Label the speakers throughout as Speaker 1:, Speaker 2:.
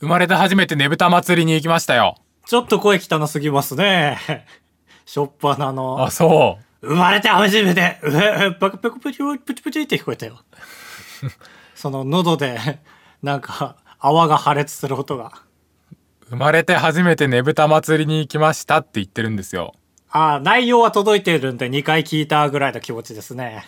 Speaker 1: 生まれて初めてねぶた祭りに行きましたよ。
Speaker 2: ちょっと声汚すぎますね。 しょっぱなの
Speaker 1: あ、。そう。
Speaker 2: 生まれて初めて、うえ、パクパクプチプチプチって聞こえ たよ。その喉で、なんか、泡が破裂する音が。
Speaker 1: 生まれて初めてねぶた祭りに行きましたって言ってるんですよ。
Speaker 2: あー内容は届いてるんで2回聞いたぐらいの気持ちです ね。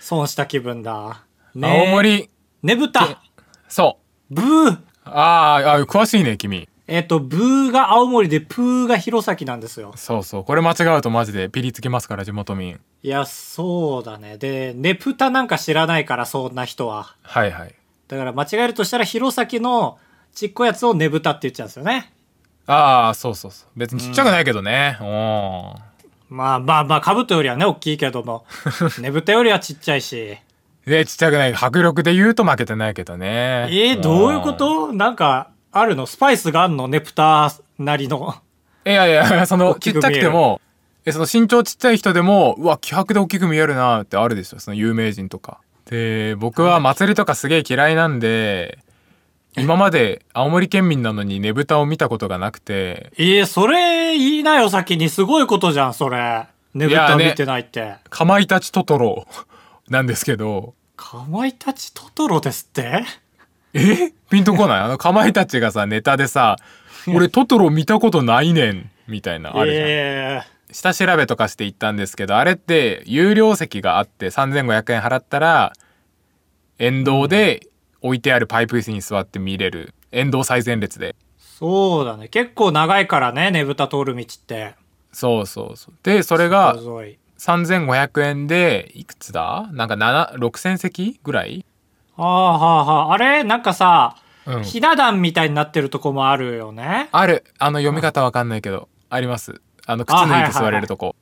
Speaker 2: 損した気分だ。ね
Speaker 1: 青。
Speaker 2: え
Speaker 1: 森、
Speaker 2: ねぶた。
Speaker 1: そう。
Speaker 2: ブー。
Speaker 1: あーあ、詳しいね、君。
Speaker 2: えっ、と、ブーが青森で、プーが弘前なんですよ。
Speaker 1: そうそう。これ間違うとマジでピリつきますから、地元民。
Speaker 2: いや、そうだね。で、ねぷたなんか知らないから、そんな人は。
Speaker 1: はいはい。
Speaker 2: だから間違えるとしたら、弘前のちっこいやつをねぶたって言っちゃうんですよね。
Speaker 1: ああ、そうそうそう。別にちっちゃくないけどね。うん。
Speaker 2: まあまあまあ、かぶとよりはね、大きいけど も、ねぶたよりはちっちゃいし。
Speaker 1: で、ちっちゃくない。迫力で言うと負けてないけどね。
Speaker 2: えー、どういうこ
Speaker 1: ん
Speaker 2: となんか、あるのスパイスがあんのねぷたなりの。
Speaker 1: いやいや、 その、
Speaker 2: 大
Speaker 1: ち
Speaker 2: き
Speaker 1: っ
Speaker 2: く
Speaker 1: ちゃくても、え、その身長ちっちゃい人でも、うわ、気迫で大きく見えるなってあるでしょ、その有名人とか。で、僕は祭りとかすげえ嫌いなんで、今まで青森県民なのにねぶたを見たことがなくて、
Speaker 2: えー、それ言いなよ、先に。すごいことじゃん、それ。ねぶた見てないって。
Speaker 1: かまいたちトトロ なんですけど、
Speaker 2: かまいたちトトロですって
Speaker 1: えピンとこないあの、かまいたちがさ、ネタで さ、俺トトロ見たことないねん、みたいな、あるじゃん。
Speaker 2: え
Speaker 1: 下調べとかして行ったんですけどあれって有料席があって3500円払ったら沿道で置いてあるパイプ椅子に座って見れる沿道最前列で
Speaker 2: ー、そうだね。結構長いからね、ねぶた通る道って。
Speaker 1: そうそうそうでそれが
Speaker 2: 数え
Speaker 1: 3500円でいくつだなんか7 6000席ぐらい、
Speaker 2: はあはあはあ。あれなんかさ、
Speaker 1: うん、
Speaker 2: ひな壇みたいになってるとこもあるよね。
Speaker 1: あるあの読み方わかんないけどありますあの靴脱いで座れるとこ、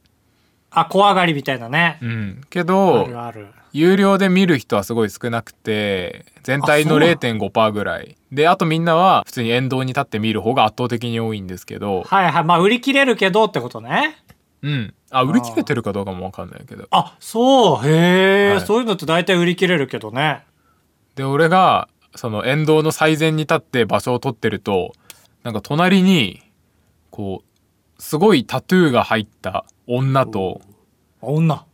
Speaker 2: あ、小上がりみたいなね。
Speaker 1: うんけ
Speaker 2: あ
Speaker 1: ど
Speaker 2: るある。
Speaker 1: 有料で見る人はすごい少なくて全体の
Speaker 2: あそうなの
Speaker 1: 0.5%ぐらいであとみんなは普通に沿道に立って見る方が圧倒的に多いんですけど
Speaker 2: はいはい。まあ、売り切れるけどってことね。
Speaker 1: うんあ売り切れてるかどうかもわかんないけど
Speaker 2: あ、そう。へえ、
Speaker 1: はい
Speaker 2: そういうのって大体売り切れるけどね。
Speaker 1: で俺がその沿道の最前に立って場所を取ってるとなんか隣にこうすごいタトゥーが入った女と
Speaker 2: 女。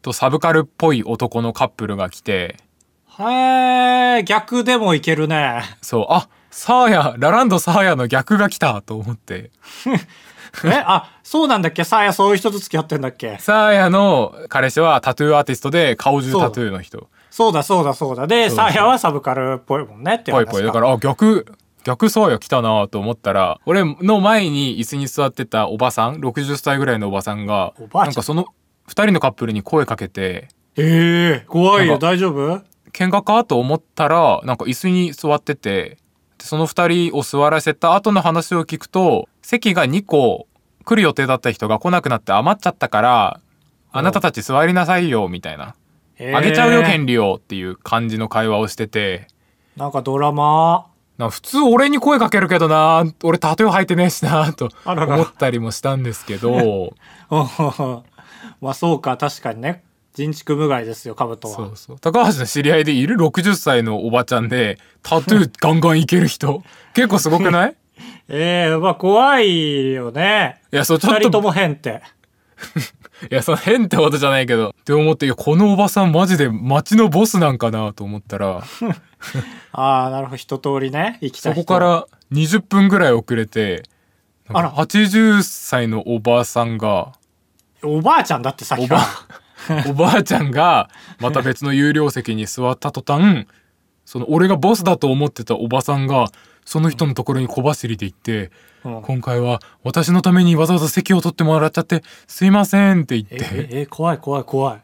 Speaker 1: とサブカルっぽい男のカップルが来て
Speaker 2: へえ、逆でもいける ね。
Speaker 1: そうあサーヤラランドサーヤの逆が来たと思って
Speaker 2: え、あ、そうなんだっけさあや、そういう人と付き合ってんだっけ
Speaker 1: サーヤの彼氏はタトゥーアーティストで顔中タトゥーの人
Speaker 2: そうだそうだそうだ。で、
Speaker 1: そう
Speaker 2: サーヤはサブカルっぽいもんねって
Speaker 1: ぽ
Speaker 2: 話
Speaker 1: いぽいだからあ逆逆サーヤ来たなと思ったら俺の前に椅子に座ってたおばさん60歳ぐらいのおばさんが
Speaker 2: おばあちゃん
Speaker 1: なんかその2人のカップルに声かけて
Speaker 2: ええ怖い
Speaker 1: な
Speaker 2: よ。
Speaker 1: んか
Speaker 2: 大丈夫
Speaker 1: 喧嘩かと思ったらなんか椅子に座っててでその2人を座らせた後の話を聞くと席が2個来る予定だった人が来なくなって余っちゃったからあなたたち座りなさいよみたいな。あげちゃうよ
Speaker 2: ええ
Speaker 1: 権利をっていう感じの会話をしてて
Speaker 2: なんかドラマ。
Speaker 1: なんか普通俺に声かけるけどな俺タトゥー履いてねえしなと
Speaker 2: あらら
Speaker 1: 思ったりもしたんですけ ど
Speaker 2: うんまあそうか、確かにね。人畜無害ですよ、カブト
Speaker 1: そう
Speaker 2: は。
Speaker 1: そう高橋の知り合いでいる60歳のおばちゃんでタトゥー ガンガンいける人結構すごくない
Speaker 2: ええまあ怖いよね。
Speaker 1: いやそうちょ
Speaker 2: 二
Speaker 1: っ
Speaker 2: 人
Speaker 1: と
Speaker 2: とも変って。
Speaker 1: いやその変ってことじゃないけどって思っていやこのおばさんマジで町のボスなんかなと思った ら
Speaker 2: ああ、なるほど。一通りね。生きた
Speaker 1: そ
Speaker 2: 人
Speaker 1: こか。ら20分ぐらい遅れてなんか
Speaker 2: あら
Speaker 1: 80歳のおばさんが
Speaker 2: おばあちゃんだってさっ
Speaker 1: お
Speaker 2: き
Speaker 1: ば
Speaker 2: から。
Speaker 1: おばあちゃんがまた別の有料席に座った途端その俺がボスだと思ってたおばさんがその人のところに小走りで行って「
Speaker 2: うん
Speaker 1: 今回は私のためにわざわざ席を取ってもらっちゃってすいません」って言っ
Speaker 2: え
Speaker 1: て
Speaker 2: えええ怖い怖い怖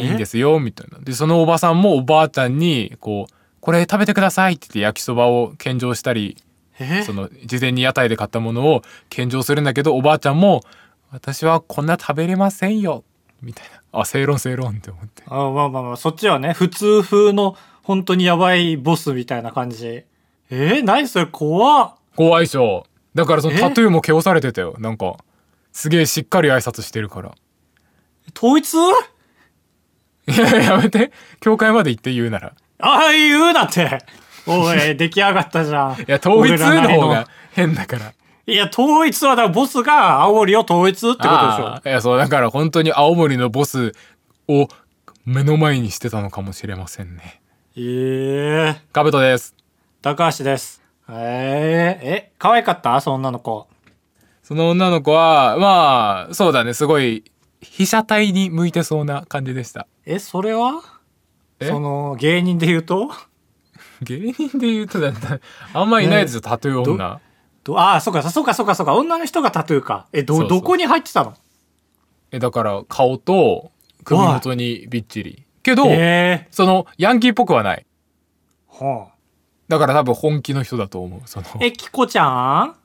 Speaker 1: 「いいんですよ」みたいなでそのおばさんもおばあちゃんにこう「これ食べてください」って言って焼きそばを献上したり
Speaker 2: え
Speaker 1: その事前に屋台で買ったものを献上するんだけどおばあちゃんも「私はこんな食べれませんよ」みたいな「あ正論正論」って思って。
Speaker 2: あまあまあまあ、そっちはね、普通風の本当にやばいボスみたいな感じ。えー、何それ怖っ。
Speaker 1: 怖いっしょだからその
Speaker 2: え
Speaker 1: タトゥーもけおされてたよなんかすげえしっかり挨拶してるから
Speaker 2: 統一
Speaker 1: いややめて教会まで行って言うなら
Speaker 2: ああ、言うなって。おい、出来上がったじゃん。い
Speaker 1: いや統一の方が。変だから
Speaker 2: いや、統一は、だからボスが青森を統一ってことでしょ
Speaker 1: あ。ーいやそうだから本当に青森のボスを目の前にしてたのかもしれませんね
Speaker 2: ええ
Speaker 1: カブトです
Speaker 2: 高橋です。えええ、可愛かったその女の子。
Speaker 1: その女の子はまあそうだねすごい被写体に向いてそうな感じで した
Speaker 2: え、それは
Speaker 1: え
Speaker 2: その、芸人で言うと
Speaker 1: 芸人で言うとだなあんまいないですよ、タトゥー女
Speaker 2: どああ、そうか、そうか、そうか、そうか、女の人がタトゥーか。え、ど、
Speaker 1: そうそう
Speaker 2: どこに入ってたの
Speaker 1: えだから顔と首元にびっちりけど、
Speaker 2: ええ
Speaker 1: そのヤンキーっぽくはない
Speaker 2: はあ
Speaker 1: だから多分本気の人だと思うその
Speaker 2: え、キコちゃん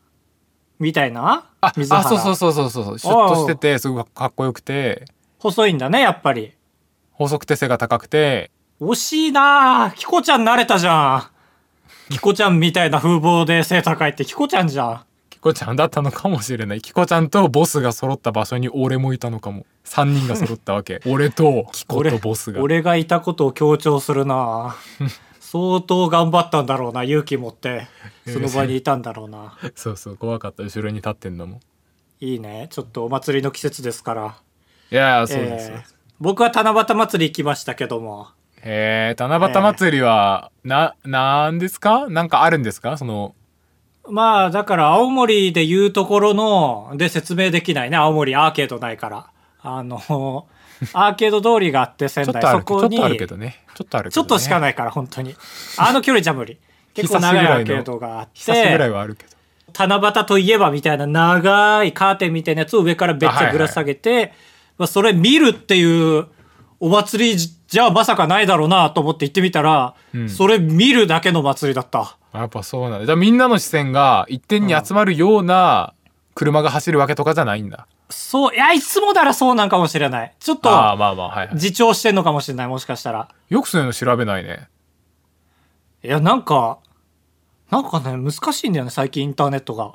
Speaker 2: みたいな
Speaker 1: あ
Speaker 2: 水
Speaker 1: あ
Speaker 2: 原
Speaker 1: そうそうそうそうそうシュッとしててすごくかっこよくて
Speaker 2: 細いんだね、やっぱり。
Speaker 1: 細くて背が高くて
Speaker 2: 惜しいなあキコちゃん慣れたじゃん。キコちゃんみたいな風貌で背高いってキコちゃんじゃん。
Speaker 1: キコちゃんだったのかもしれないキコちゃんとボスが揃った場所に俺もいたのかも3人が揃ったわ け俺とキコとボスが
Speaker 2: 俺がいたことを強調す るな相当頑張ったんだろうな勇気持ってその場にいたんだろうな
Speaker 1: そうそう怖かった後ろに立ってんのも
Speaker 2: いいねちょっとお祭りの季節ですから
Speaker 1: いやーそうですよ、
Speaker 2: えー僕は七夕祭り行きましたけども
Speaker 1: へえ七夕祭りは、ななんですかなんかあるんですかその
Speaker 2: まあだから青森で言うところので説明できないね青森アーケードないから あのアーケード通りがあって仙
Speaker 1: ちょっ
Speaker 2: 台
Speaker 1: とあ
Speaker 2: そ
Speaker 1: るちょ
Speaker 2: こ
Speaker 1: っ
Speaker 2: に
Speaker 1: とあるけどねちょっとあるけ
Speaker 2: ちょ
Speaker 1: ど、
Speaker 2: っ
Speaker 1: ね、
Speaker 2: としか
Speaker 1: い
Speaker 2: ないから本当にあの距離じゃ 無理結構長いアーケードがあって
Speaker 1: 久しぐらいはあるけど
Speaker 2: 七夕といえばみたいな長いカーテンみたいなやつを上からべっちゃぶら下げて、まあ、それ見るっていうお祭りじゃまさかないだろうなと思って行ってみたら、
Speaker 1: うん
Speaker 2: それ見るだけの祭りだった。
Speaker 1: やっぱそうなんだじゃあみんなの視線が一点に集まるような車が走るわけとかじゃないんだ、
Speaker 2: そう、いや、いつもならそうなんかもしれない。ちょっと
Speaker 1: ああまあまあはい、はい、
Speaker 2: 自重してんのかもしれない、もしかしたら。
Speaker 1: よくそういうの調べないね
Speaker 2: いや、なんか、なんかね、難しいんだよね、最近インターネッ トが。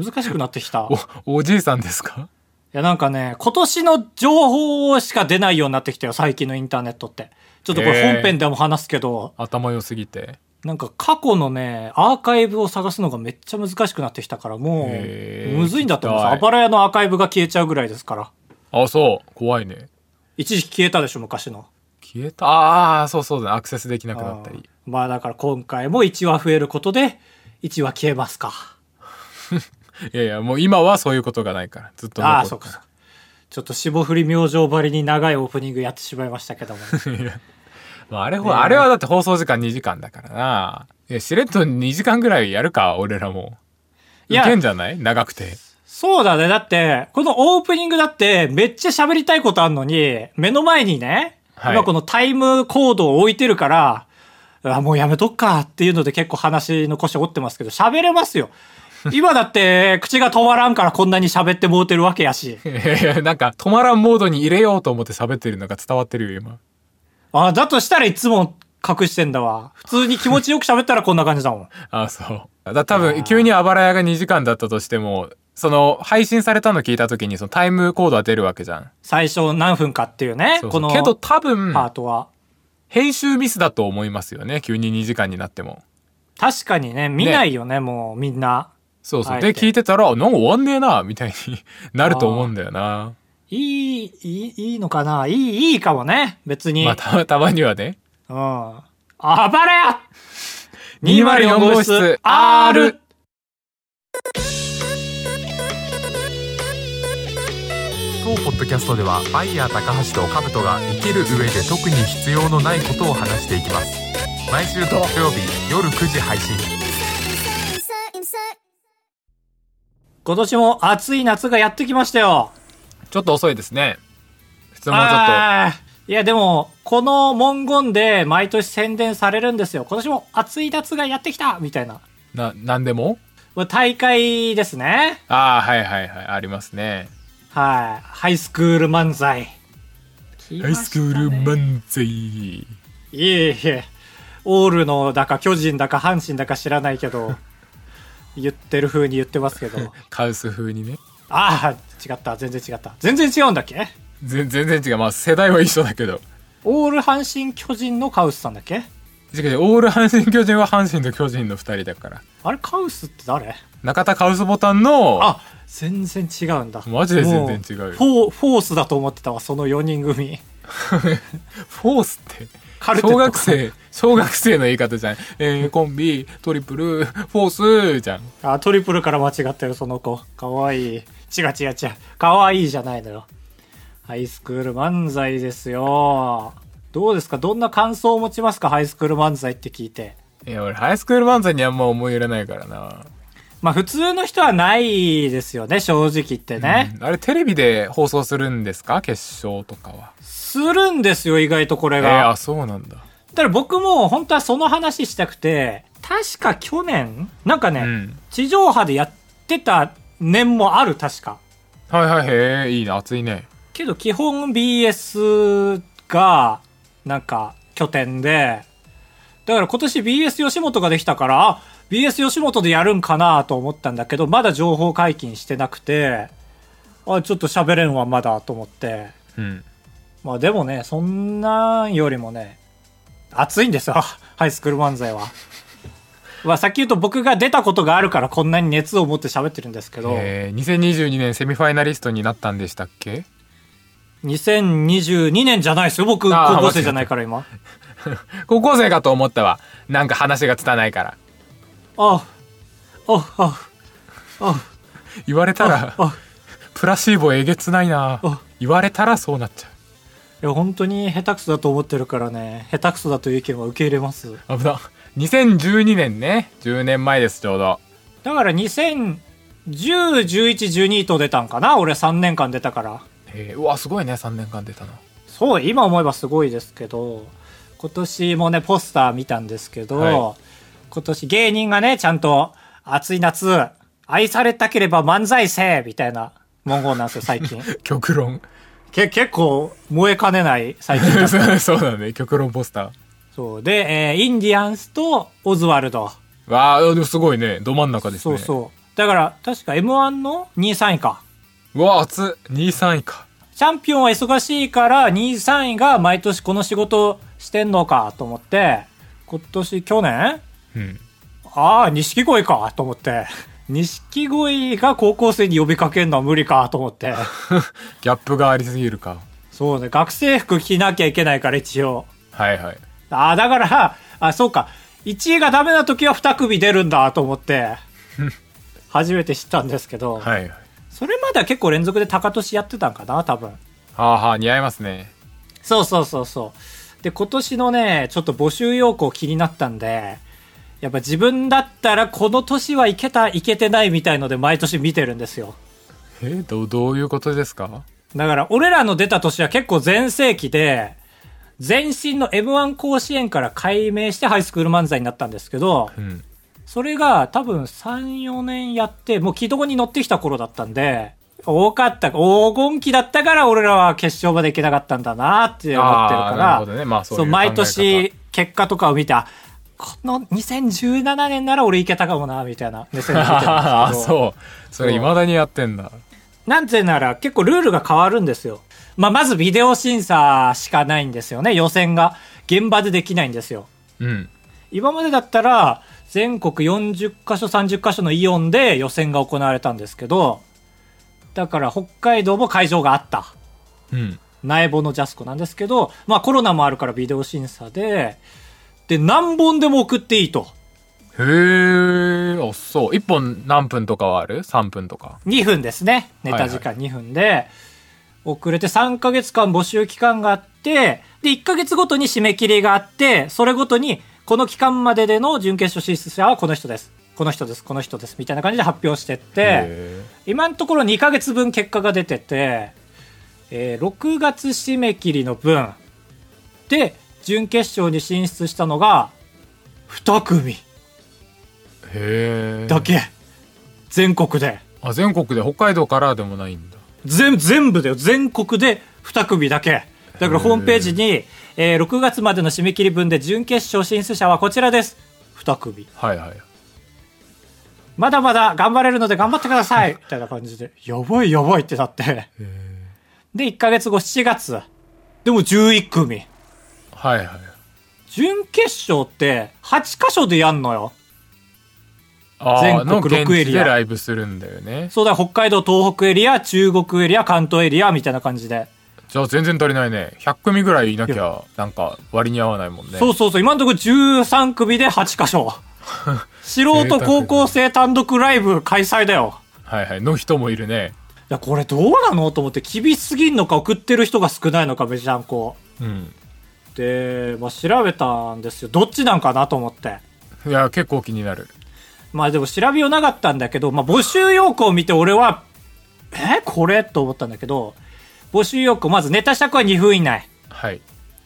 Speaker 2: 難しくなってきた。
Speaker 1: おおじいさんですか
Speaker 2: いやなんかね、今年の情報しか出ないようになってきたよ、最近のインターネットって。ちょっとこ
Speaker 1: へ
Speaker 2: れ
Speaker 1: ー
Speaker 2: 本編でも話すけど、
Speaker 1: 頭良すぎて
Speaker 2: なんか過去のね、アーカイブを探すのがめっちゃ難しくなってきたから、も
Speaker 1: へ
Speaker 2: う、
Speaker 1: ー
Speaker 2: むずいんだと思うんで
Speaker 1: 聞
Speaker 2: すよ。
Speaker 1: きた
Speaker 2: あ
Speaker 1: い
Speaker 2: ばら屋のアーカイブが消えちゃうぐらいですから。
Speaker 1: あそう怖いね
Speaker 2: 一時期消えたでしょ、昔の。
Speaker 1: 消えたああそうそうだアクセスできなくなったり
Speaker 2: うんまあだから今回も1話増えることで、1話消えますか。
Speaker 1: いやいやもう今はそういうことがないからずっと残って
Speaker 2: ああ、そっかそっか。ちょっと霜降り明星ばりに長いオープニングやってしまいましたけども。
Speaker 1: まあ、あれほ、あれはだって放送時間2時間だからな。いや、しれっと2時間ぐらいやるか、俺らも。
Speaker 2: い
Speaker 1: い
Speaker 2: や
Speaker 1: けんじゃない長くて。
Speaker 2: そうだね。だって、このオープニングだって、めっちゃ喋りたいことあんのに、目の前にね、
Speaker 1: はい
Speaker 2: 今このタイムコードを置いてるから、あもうやめとっかっていうので結構話の腰折ってますけど、喋れま すよ。今だって、口が止まらんからこんなに喋ってもうてるわけやし。
Speaker 1: いやいや、なんか、止まらんモードに入れようと思って喋ってるのが伝わってるよ、今。
Speaker 2: あだとしたらいつも隠してんだわ。普通に気持ちよく喋ったらこんな感じだ もん。
Speaker 1: あそう。だ多分、急にあばら屋が2時間だったとしても、その、配信されたの聞いた時に、そのタイムコードは出るわけじゃん。
Speaker 2: 最初何分かっていうね。
Speaker 1: そうそ
Speaker 2: こ
Speaker 1: う
Speaker 2: の
Speaker 1: けど
Speaker 2: パ
Speaker 1: 多分、
Speaker 2: ートは。
Speaker 1: 編集ミスだと思いますよね、急に2時間になっても。
Speaker 2: 確かにね、見ないよね、もうみんな。
Speaker 1: そうそ
Speaker 2: あ
Speaker 1: う。
Speaker 2: え
Speaker 1: で、
Speaker 2: て
Speaker 1: 聞いてたら、なんか終わんねえな、みたいになると思うんだよな。
Speaker 2: いい、いい、いいのかないい、いいかもね。別に。
Speaker 1: まあ、たたまにはね。
Speaker 2: うん。あばれや
Speaker 1: 204号室 R 当ポッドキャストではバイヤー高橋とカブトが生きる上で特に必要のないことを話していきます毎週土曜日夜9時配信
Speaker 3: insert, insert, insert.
Speaker 2: 今年も暑い夏がやってきましたよ。
Speaker 1: ちょっと遅いですね質問は
Speaker 2: あーいや、でも、この文言で毎年宣伝されるんですよ。今年も暑い夏がやってきたみたいな。
Speaker 1: ちょっとな何でも
Speaker 2: まあ大会ですね。
Speaker 1: ああはいはいはいありますね
Speaker 2: はい。ハイスクール漫才。
Speaker 1: ハイスクール
Speaker 2: 才。
Speaker 1: 漫才
Speaker 2: いえいえ。オールのだか巨人だか阪神だか知らない けど、言ってる風に言ってますけど。
Speaker 1: カウス風にね
Speaker 2: ああ、違った。全然違った。全然違うんだっけ
Speaker 1: ぜ全然違うまあ世代は一緒だけど
Speaker 2: オール阪神巨人のカウスさんだっけ
Speaker 1: 違う違うオール阪神巨人は阪神と巨人の2人だから
Speaker 2: あれカウスって誰
Speaker 1: 中田カウスボタンの
Speaker 2: あ全然違うんだ
Speaker 1: マジで全然違うよ
Speaker 2: もフォーフォースだと思ってたわその4人組
Speaker 1: フォースって
Speaker 2: カルテット
Speaker 1: 小学生小学生の言い方じゃん、えー、コンビトリプルフォースじゃん
Speaker 2: あトリプルから間違ってるその子かわいい違う違う違うかわいいじゃないのよハイスクール漫才ですよどうですかどんな感想を持ちますかハイスクール漫才って聞いて
Speaker 1: いや俺ハイスクール漫才にあんま思い入れないからな、
Speaker 2: まあ普通の人はないですよね正直言ってね、
Speaker 1: うんあれテレビで放送するんですか決勝とかは
Speaker 2: するんですよ意外とこ
Speaker 1: え
Speaker 2: れ
Speaker 1: ー、
Speaker 2: が、
Speaker 1: あそうなんだ
Speaker 2: だから僕も本当はその話したくて確か去年なんかね、
Speaker 1: うん
Speaker 2: 地上波でやってた年もある確か
Speaker 1: はいはいへえいいな熱いね
Speaker 2: けど基本 BS がなんか拠点でだから今年 BS 吉本ができたからあ BS 吉本でやるんかなと思ったんだけどまだ情報解禁してなくてあちょっと喋れんわまだと思って
Speaker 1: うん
Speaker 2: まあでもねそんなんよりもね熱いんですよ ハイスクール漫才は。まあさっき言うと僕が出たことがあるからこんなに熱を持って喋ってるんですけど、
Speaker 1: えー、2022年セミファイナリストになったんでしたっけ
Speaker 2: 2022年じゃないですよ僕
Speaker 1: あー
Speaker 2: 高校生じゃないから今。
Speaker 1: 高校生かと思ったわなんか話がつたないから
Speaker 2: ああああ
Speaker 1: 言われたら
Speaker 2: あ
Speaker 1: プラシーボえげつないな
Speaker 2: あ
Speaker 1: 言われたらそうなっちゃ
Speaker 2: いや本当に下手くそだと思ってるからね下手くそだという意見は受け入れます
Speaker 1: う危な2012年ね10年前ですちょうど
Speaker 2: だから20101112と出たんかな俺3年間出たから
Speaker 1: えー、うわすごいね3年間出たの
Speaker 2: そう今思えばすごいですけど今年もねポスター見たんですけど、
Speaker 1: は
Speaker 2: 今年芸人がねちゃんと「暑い夏愛されたければ漫才せ!」みたいな文言なんですよ最近
Speaker 1: 極論
Speaker 2: け結構燃えかねない最近
Speaker 1: そうだね極論ポスタ
Speaker 2: そう。で、えーインディアンスとオズワルド。
Speaker 1: ーわあでもすごいねど真ん中です
Speaker 2: そ
Speaker 1: ね
Speaker 2: うそう。だから、確か M1 の2位3位か。
Speaker 1: うわ熱っ23位か
Speaker 2: チャンピオンは忙しいから、2位3位が毎年この仕事してんのかと思って、今年、去年
Speaker 1: うん
Speaker 2: ああ、錦鯉かと思って。 錦鯉が高校生に呼びかけるのは無理かと思 って。
Speaker 1: ギャップがありすぎるか
Speaker 2: そうね、学生服着なきゃいけないから一応。
Speaker 1: はいはい
Speaker 2: ああ、だから、あ、そうか。1位がダメな時は2組出るんだと 思って、初めて知ったんですけ
Speaker 1: は
Speaker 2: ど、
Speaker 1: いはい
Speaker 2: それまでは結構連続で高年やってたんかな、多分。
Speaker 1: はあはあ似合いますね
Speaker 2: そうそうそうそう。で、今年のね、ちょっと募集要項気になったんで、やっぱ自分だったらこの年はいけた、いけてないみたいので毎年見てるんですよ。
Speaker 1: えー、どうどういうことですか
Speaker 2: だから、俺らの出た年は結構全盛期で、前身の M1 甲子園から改名してハイスクール漫才になったんですけど、
Speaker 1: うん
Speaker 2: それが多分3、4年やって、もう軌道に乗ってきた頃だったんで、多かった、黄金期だったから俺らは決勝まで行けなかったんだなって思ってる
Speaker 1: あーな
Speaker 2: か
Speaker 1: る
Speaker 2: ら、
Speaker 1: ほどねまあそういう考え方
Speaker 2: 毎 年結果とかを見た、この2017年なら俺行けたかもな、みたいな目線で見てるんですけ ど。
Speaker 1: ああそうそれいまだにやってんだ
Speaker 2: なんてなら結構ルールが変わるんですよ。まあ、まずビデオ審査しかないんですよね。予選が現場でできないんですよ。
Speaker 1: うん
Speaker 2: 今までだったら全国40カ所30カ所のイオンで予選が行われたんですけど、だから北海道も会場があった。
Speaker 1: うん
Speaker 2: 苗穂のジャスコなんですけど、まあコロナもあるからビデオ審査で、で、何本でも送っていいと。
Speaker 1: へえ、あ、そう。一本何分とかはある ?3 分とか。
Speaker 2: 2分ですね。ネタ時間2分で、遅れて3ヶ月間募集期間があって、で、1ヶ月ごとに締め切りがあって、それごとに、この期間まででの準決勝進出者はこの人です。この人です、この人です、みたいな感じで発表してって、
Speaker 1: へ
Speaker 2: 今のところ2ヶ月分結果が出てて、えー6月締め切りの分で、準決勝に進出したのが、2組
Speaker 1: え。へえ。
Speaker 2: だけ、全国で。
Speaker 1: あ、全国で北海道からでもないんだ。
Speaker 2: 全全部だよ全国で2組だけだからホームページに、えー6月までの締め切り分で準決勝進出者はこちらです2組
Speaker 1: はいはい。
Speaker 2: まだまだ頑張れるので頑張ってくださいみたいな感じでやばいやばいってなってで1ヶ月後7月でも11組
Speaker 1: はいはい。
Speaker 2: 準決勝って8箇所でやんのよ。
Speaker 1: あー
Speaker 2: 全国
Speaker 1: の現
Speaker 2: 六エ
Speaker 1: 地
Speaker 2: リア
Speaker 1: でライブするんだよね
Speaker 2: そうだ、北海道、東北エリア、中国エリア、関東エリアみたいな感じで。
Speaker 1: じゃあ全然足りないね100組ぐらいいなきゃなんか割に合わないもんね
Speaker 2: そうそうそう、今のところ13組で8箇所。素人高校生単独ライブ開催だよ。
Speaker 1: はいはいの人もいるね
Speaker 2: いや、これどうなのと思って、厳しすぎんのか、送ってる人が少ないのか、めちゃんこ。
Speaker 1: うん
Speaker 2: で、まあ、調べたんですよ。どっちなんかなと思って。
Speaker 1: いや結構気になる
Speaker 2: まあでも調べようなかったんだけど、まあ募集要項を見て俺は、えこれと思ったんだけど、募集要項、まずネタ尺は2分以内。
Speaker 1: はい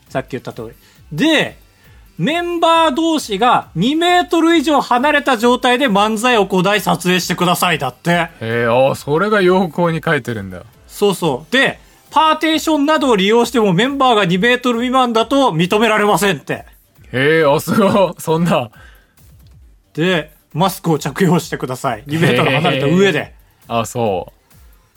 Speaker 2: さっき言った通り。で、メンバー同士が2メートル以上離れた状態で漫才を5台撮影してくださいだって。
Speaker 1: えー、あーそれが要項に書いてるんだ
Speaker 2: そうそう。で、パーテーションなどを利用してもメンバーが2メートル未満だと認められませんって。
Speaker 1: へえあすごいそんな
Speaker 2: で、マスクを着用してください。2メートル離れた上で。
Speaker 1: あそ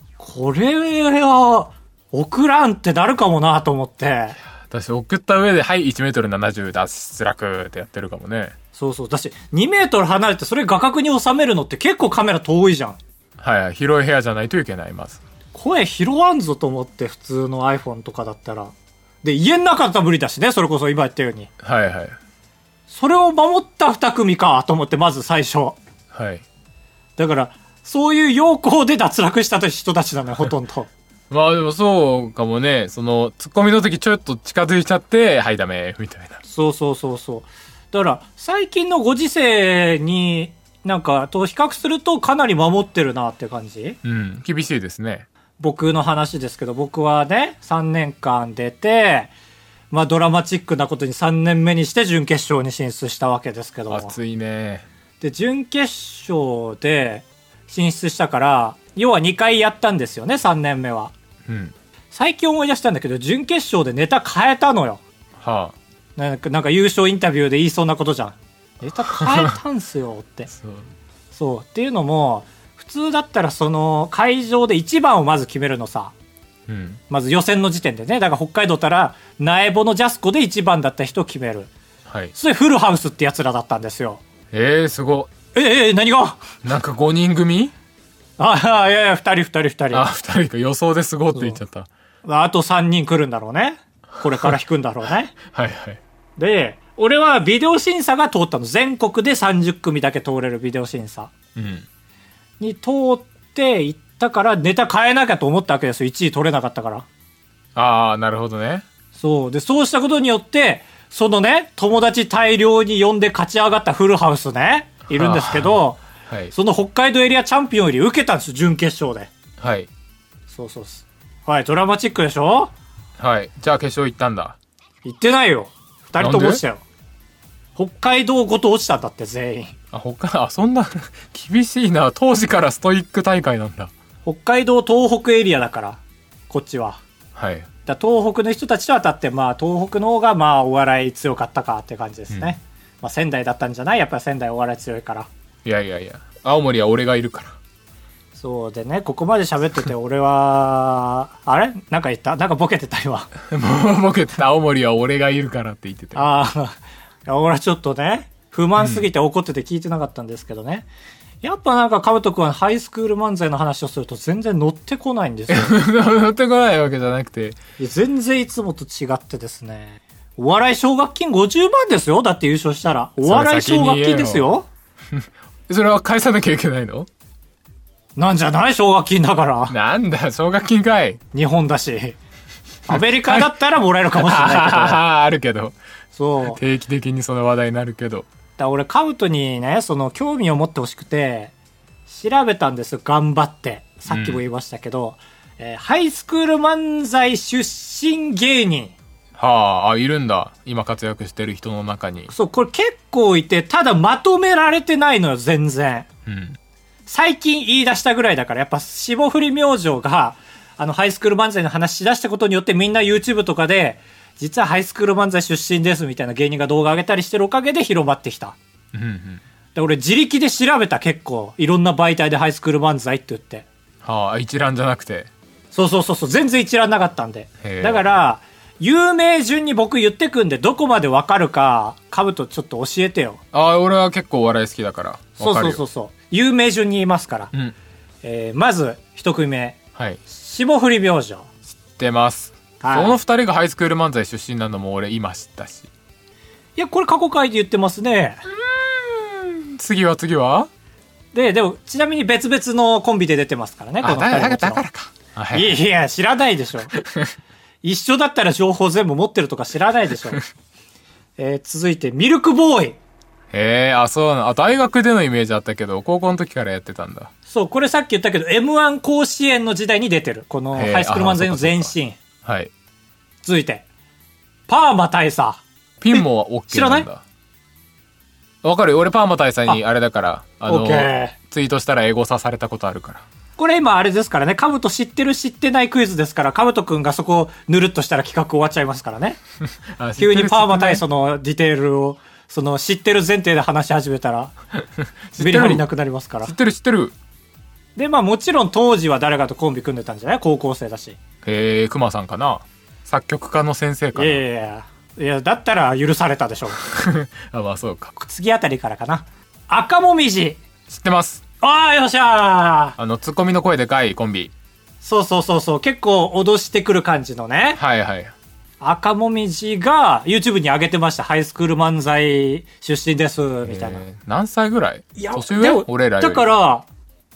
Speaker 1: う
Speaker 2: これは、送らんってなるかもなと思って。
Speaker 1: 私送った上で「はい1メートル7 0脱落」ってやってるかもね
Speaker 2: そうそう。だし、2メートル離れてそれ画角に収めるのって結構カメラ遠いじゃん。
Speaker 1: はい広い部屋じゃないといけないます
Speaker 2: 声拾わんぞと思って、普通の iPhone とかだったら。で、家の中だったら無理だしね、それこそ今言ったように。
Speaker 1: はいはい
Speaker 2: それを守った2組かと思って、まず最初。
Speaker 1: はい
Speaker 2: だから、そういう要項で脱落した人たちなのよ、ほとんど。
Speaker 1: まあでもそうかもねそのツッコミの時ちょっと近づいちゃって「はいダメ」みたいな
Speaker 2: そうそうそうそう。だから、最近のご時世に、なんか、と比較するとかなり守ってるなって感じ
Speaker 1: うん厳しいですね
Speaker 2: 僕の話ですけど、僕はね、3年間出て、まあドラマチックなことに3年目にして準決勝に進出したわけですけども。
Speaker 1: 熱いね
Speaker 2: で、準決勝で進出したから、要は2回やったんですよね、3年目は。
Speaker 1: うん
Speaker 2: 最近思い出したんだけど、準決勝でネタ変えたのよ。
Speaker 1: は
Speaker 2: なんかなんか優勝インタビューで言いそうなことじゃん。ネタ変えたんすよって
Speaker 1: あ。そう
Speaker 2: そう。っていうのも、普通だったらその会場で1番をまず決めるのさ。
Speaker 1: うん
Speaker 2: まず予選の時点でね。だから北海道たら、苗穂のジャスコで1番だった人を決める。
Speaker 1: はい
Speaker 2: それフルハウスって奴らだったんですよ。
Speaker 1: えー、すご
Speaker 2: え、え、え何が
Speaker 1: いなんか5人組
Speaker 2: ああ、いやいや、二人二人二人。
Speaker 1: あ
Speaker 2: あ
Speaker 1: 二2人か予想ですごいって言っちゃった
Speaker 2: と三人来るんだろうね。これから引くんだろうね。
Speaker 1: はいはい
Speaker 2: で、俺はビデオ審査が通ったの。全国で30組だけ通れるビデオ審査
Speaker 1: うん
Speaker 2: に通って行ったからネタ変えなきゃと思ったわけですよ。1位取れなかったから。
Speaker 1: ああなるほどね
Speaker 2: そう。で、そうしたことによって、そのね、友達大量に呼んで勝ち上がったフルハウスね、いるんですけど、
Speaker 1: はい
Speaker 2: その北海道エリアチャンピオンより受けたんですよ、準決勝で。
Speaker 1: はい
Speaker 2: そうそうっす。はい、ドラマチックでしょ
Speaker 1: はいじゃあ決勝行ったんだ
Speaker 2: 行ってないよ。二人とも落ちたよ。北海道ごと落ちたんだって、全員。
Speaker 1: あ他あそんな 厳しいな当時からストイック大会なんだ
Speaker 2: 北海道東北エリアだから、こっちは。
Speaker 1: はい
Speaker 2: だから東北の人たちと当たって、まあ、東北の方が、まあ、お笑い強かったかって感じですね。まあ、仙台だったんじゃないやっぱり仙台お笑い強いから。
Speaker 1: いやいやいや青森は俺がいるから
Speaker 2: そうでね、ここまで喋ってて、俺は、あれなんか言ったなんかボケてた今。
Speaker 1: もうボケてた青森は俺がいるからって言ってた。
Speaker 2: ああ、いや 俺はちょっとね、不満すぎて怒ってて聞いてなかったんですけどね。やっぱなんか、かぶとくんはハイスクール漫才の話をすると全然乗ってこないんですよ。
Speaker 1: 乗ってこないわけじゃなくて。
Speaker 2: いや全然いつもと違ってですね。お笑い奨学金50万ですよだって優勝したら。お笑い奨学金ですよ
Speaker 1: それは返さなきゃいけないの
Speaker 2: なんじゃない奨学金だから。
Speaker 1: なんだ、奨学金か い。
Speaker 2: 日本だし。アメリカだったらもらえるかもし れないけど。
Speaker 1: あるけど。
Speaker 2: そう。
Speaker 1: 定期的にその話題になるけど。
Speaker 2: だから俺カブトにねその興味を持ってほしくて調べたんですよ頑張ってさっきも言いましたけど、えーハイスクール漫才出身芸人
Speaker 1: はあ、あ、いるんだ。今活躍してる人の中に。
Speaker 2: そうこれ結構いてただまとめられてないのよ全然
Speaker 1: うん。
Speaker 2: 最近言い出したぐらいだからやっぱ霜降り明星があのハイスクール漫才の話し出したことによってみんな YouTube とかで実はハイスクール漫才出身ですみたいな芸人が動画上げたりしてるおかげで広まってきた
Speaker 1: うんうん。
Speaker 2: で俺自力で調べた結構いろんな媒体でハイスクール漫才って言って
Speaker 1: はあ、一覧じゃなくて。
Speaker 2: そうそうそうそう全然一覧なかったんで
Speaker 1: へえ
Speaker 2: だから有名順に僕言ってくんで、どこまでわかるか、カブトちょっと教えてよ。
Speaker 1: ああ、俺は結構お笑い好きだから。
Speaker 2: そうそう
Speaker 1: そ
Speaker 2: そうそう。有名順に言いますから。
Speaker 1: うん。
Speaker 2: えーまず、一組目。
Speaker 1: はい。知
Speaker 2: 霜降り明星。
Speaker 1: ってます。
Speaker 2: はい
Speaker 1: その二人がハイスクール漫才出身なのも俺今知ったし。
Speaker 2: いや、これ過去回で言ってますね。
Speaker 1: 次は次は
Speaker 2: で、でも、ちなみに別々のコンビで出てますからね、こ
Speaker 1: あ、
Speaker 2: の
Speaker 1: だから、だからだ
Speaker 2: 二人もちろ
Speaker 1: か
Speaker 2: ん
Speaker 1: らか。はい
Speaker 2: いや、知らないでしょ。一緒だったら情報全部持ってるとか知らないでしょ。えー続いて、ミルクボーイ。
Speaker 1: へえ、あ、そうなの。あ、大学でのイメージあったけど、高校の時からやってたんだ。
Speaker 2: そう、これさっき言ったけど、M1 甲子園の時代に出てる。この、
Speaker 1: へー
Speaker 2: ハイスクール漫才の前身。
Speaker 1: はい。
Speaker 2: 続いて、パーマ大佐。
Speaker 1: ピンも OK なんだ。
Speaker 2: 知ら
Speaker 1: わかるよ俺パーマ大佐にあれだから、あの、
Speaker 2: OK
Speaker 1: ツイートしたらエゴサされたことあるから。
Speaker 2: これ今あれですからね、カブト知ってる知ってないクイズですから、カブトくんがそこをぬるっとしたら企画終わっちゃいますからね。
Speaker 1: あ
Speaker 2: 急にパーマ大
Speaker 1: 知
Speaker 2: 佐のディテールを、その知ってる前提で話し始め たら、
Speaker 1: ってる
Speaker 2: ビリビリなくなりますから
Speaker 1: 知っ。てる知ってる。
Speaker 2: で、まあもちろん当時は誰かとコンビ組んでたんじゃない高校生だし。
Speaker 1: へえ、クマさんかな。作曲家の先生か
Speaker 2: い
Speaker 1: な。
Speaker 2: やいやいや。いや、だったら許されたでしょう。
Speaker 1: あ、まあそうか。
Speaker 2: 次あたりからかな。赤もみじ。
Speaker 1: 知ってます。
Speaker 2: ああ、よっしゃー
Speaker 1: あの、ツッコミの声でかいコンビ。
Speaker 2: そうそうそうそう。結構脅してくる感じのね。
Speaker 1: はいはい。
Speaker 2: 赤もみじが YouTube に上げてました。ハイスクール漫才出身です、みたいな。
Speaker 1: えー何歳ぐらい
Speaker 2: いや
Speaker 1: 年
Speaker 2: で
Speaker 1: 上
Speaker 2: も
Speaker 1: 俺らより。
Speaker 2: だか。ら、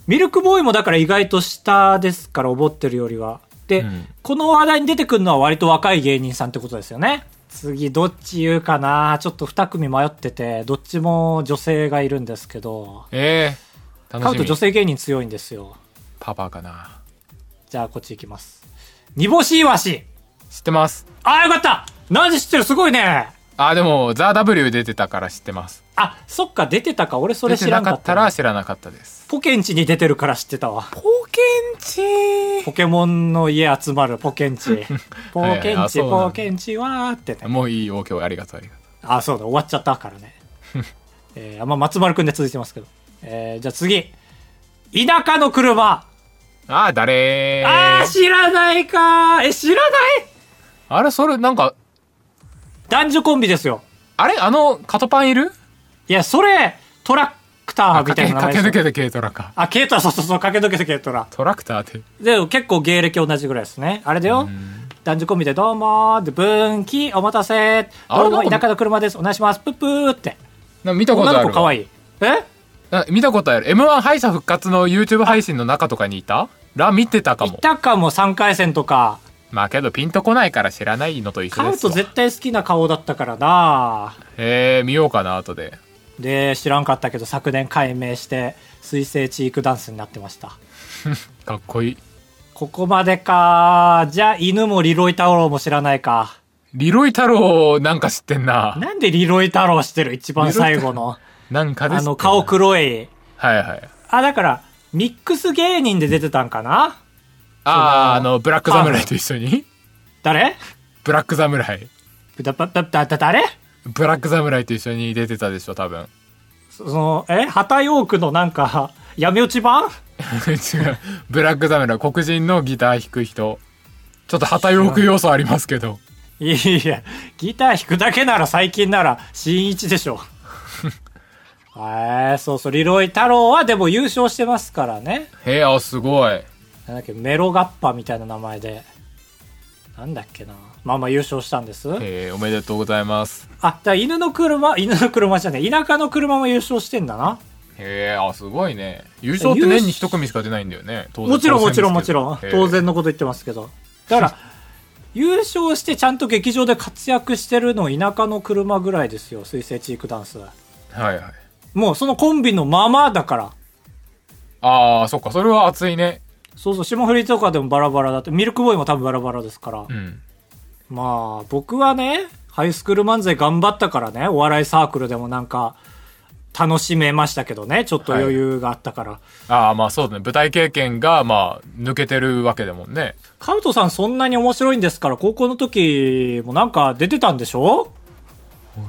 Speaker 2: ミルクボーイもだから意外と下ですから、思ってるよりは。で、
Speaker 1: うん
Speaker 2: この話題に出てくるのは割と若い芸人さんってことですよね。次、どっち言うかなちょっと二組迷ってて、どっちも女性がいるんですけど、
Speaker 1: ええ
Speaker 2: カウ
Speaker 1: 楽
Speaker 2: ト
Speaker 1: し
Speaker 2: 女
Speaker 1: み。
Speaker 2: 性芸人強いんですよ。
Speaker 1: パパかな。
Speaker 2: じゃあ、こっち行きます。煮干しイワシ
Speaker 1: 知ってます。
Speaker 2: あー、よかった何知ってるすごいね
Speaker 1: あ、でも、ザ・ W 出てたから知ってます。
Speaker 2: あ、そっか、出てたか。俺それ
Speaker 1: 出て
Speaker 2: 知ら
Speaker 1: なんか
Speaker 2: かっ
Speaker 1: った
Speaker 2: た。
Speaker 1: ら知らなかったです。
Speaker 2: ポケンチに出てるから知ってたわ。
Speaker 1: ポケンチ
Speaker 2: ポケモンの家集まるポケンチ。ポ
Speaker 1: はい
Speaker 2: ケン
Speaker 1: あ
Speaker 2: チ、
Speaker 1: そうなんだ
Speaker 2: ポケンチはーってね。
Speaker 1: もういいよ、今日ありがとう、ありがと
Speaker 2: あ、そうだ、終わっちゃったから ね。えー、あんま松丸くんで続いてますけど。えー、じゃあ次。田舎の車。
Speaker 1: う。あー、誰
Speaker 2: あー、知らないかー。え、知らない
Speaker 1: あれ、それ、なんか、
Speaker 2: 男女コンビですよ。
Speaker 1: あれあの、カトパンいる
Speaker 2: いや、それ、トラクターみたいな名前
Speaker 1: 駆け駆
Speaker 2: です
Speaker 1: け抜けて
Speaker 2: よ。
Speaker 1: 軽トラか。
Speaker 2: あ、ケイトラ、そうそうそう、駆け抜けてケイトラ。
Speaker 1: トラクターって。
Speaker 2: で、結構芸歴同じぐらいですね。あれだよ。男女コンビで、どうもーで、分岐、お待たせ
Speaker 1: あれ
Speaker 2: どうも、
Speaker 1: なんか
Speaker 2: 田舎の車です。お願いします。ぷっぷーって。
Speaker 1: なんか見たことある
Speaker 2: 女
Speaker 1: わ。
Speaker 2: の子可愛い。え
Speaker 1: あ見たことある M1 敗者復活の YouTube 配信の中とかにいたら見てたか
Speaker 2: い
Speaker 1: も
Speaker 2: たかも3回戦とか。
Speaker 1: まあけどピンとこないから知らないのと一緒
Speaker 2: カ
Speaker 1: で
Speaker 2: ウ
Speaker 1: す
Speaker 2: ト
Speaker 1: わへ
Speaker 2: 絶対好きな顔だったからな
Speaker 1: え見ようかな後で
Speaker 2: で、知らんかったけど昨年改名して、水星チークダンスになってました。
Speaker 1: かっこいい
Speaker 2: ここまでかじゃあ、犬もリロイ太郎も知らないか。
Speaker 1: リロイ太郎なんか知ってんな
Speaker 2: なんでリロイ太郎してる一番最後の。
Speaker 1: なんかです
Speaker 2: あの、顔黒い。
Speaker 1: はいはい
Speaker 2: あ、だから、ミックス芸人で出てたんかな
Speaker 1: ああーあ
Speaker 2: その
Speaker 1: のブラック侍と一緒に
Speaker 2: 誰
Speaker 1: ブラック侍
Speaker 2: だ、だ、だ、だ、だ誰
Speaker 1: ブラック侍と一緒に出てたでしょ多分
Speaker 2: その、え旗ヨークのなんか、闇落ち版
Speaker 1: 違うブラック侍黒人のギター弾く人ちょっと旗ヨーク要素ありますけど
Speaker 2: いやいや、ギター弾くだけなら最近なら新一でしょ。えー、そうそう、リロイ太郎はでも優勝してますからね。
Speaker 1: へえあすごい
Speaker 2: なんだっけ、メロガッパみたいな名前で。なんだっけな。まあまあ優勝したんです。
Speaker 1: へえおめでとうございます
Speaker 2: あ、だから犬の車、犬の車じゃねえ、田舎の車も優勝してんだな。
Speaker 1: へえあすごいね優勝って年に一組しか出ないんだよね当然
Speaker 2: もちろんもちろんも
Speaker 1: 当
Speaker 2: ちろん
Speaker 1: 然ですけ。ど
Speaker 2: 当然のこと言ってますけど。だから、優勝してちゃんと劇場で活躍してるの田舎の車ぐらいですよ、水星チークダンス。
Speaker 1: へえはいはい
Speaker 2: もうそのコンビのままだから。
Speaker 1: ああそっかそれは熱いね
Speaker 2: そうそう、霜降りとかでもバラバラだって、ミルクボーイも多分バラバラですから。
Speaker 1: うん
Speaker 2: まあ、僕はね、ハイスクール漫才頑張ったからね、お笑いサークルでもなんか、楽しめましたけどね、ちょっと余裕があったから。
Speaker 1: ああまあそうだね舞台経験がまあ抜けてるわけだもんね
Speaker 2: カウトさんそんなに面白いんですから、高校の時もなんか出てたんでしょ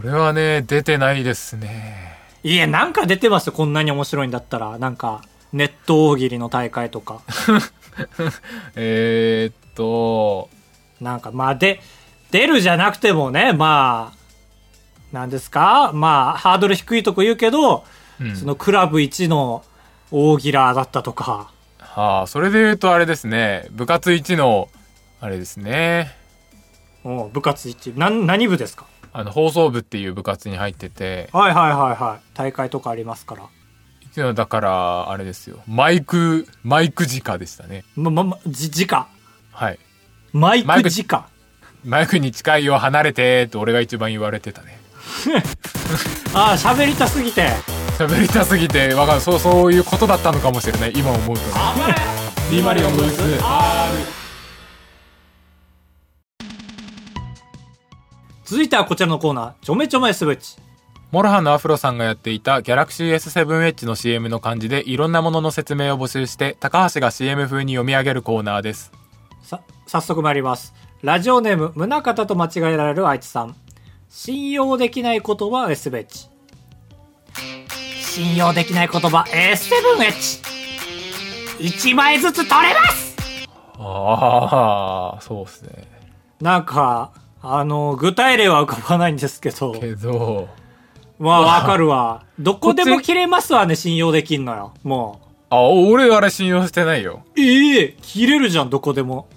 Speaker 1: 俺はね出てないですね
Speaker 2: いや、なんか出てますよ、こんなに面白いんだったら。なんか、ネット大喜利の大会とか。
Speaker 1: えー、っと
Speaker 2: なんか、まあ、で、出るじゃなくてもね、まあ、なんですかまあ、ハードル低いとこ言うけど、
Speaker 1: うん
Speaker 2: そのクラブ1の大ギラーだったとか、
Speaker 1: はあそれで言うとあれですね部活1のあれですね
Speaker 2: もう部活1、なん、何部ですか
Speaker 1: あの放送部っていう部活に入ってて
Speaker 2: はいはいはいはい。大会とかありますから。
Speaker 1: 一応だからあれですよマイクマイク直でしたね
Speaker 2: ま、ま、ま、じ、じか。
Speaker 1: はい
Speaker 2: マイ
Speaker 1: マイク
Speaker 2: クじか。
Speaker 1: マイクに近いよ離れてって俺が一番言われてたね
Speaker 2: ああ、喋りたすぎて。
Speaker 1: 喋りたすぎてわかるそうそういうことだったのかもしれない今思うとね D マリオンブース
Speaker 2: 続いてはこちらのコーナー、ちょめちょめスブッチ。
Speaker 1: モロハのアフロさんがやっていたギャラクシー S7H の CM の漢字でいろんなものの説明を募集して高橋が CM 風に読み上げるコーナーです
Speaker 2: さ、早速参ります。ラジオネーム、宗方と間違えられる愛知さん。信用できない言葉、S7H。信用できない言葉、S7H。1枚ずつ取れます
Speaker 1: ああそうですね
Speaker 2: なんか、あの、具体例は浮かばないんですけど、
Speaker 1: けど
Speaker 2: まあわかるわ。どこでも切れますわね、信用できんのよ。も
Speaker 1: あ俺あれ信用してないよ
Speaker 2: う。ええ切れるじゃん、どこでも。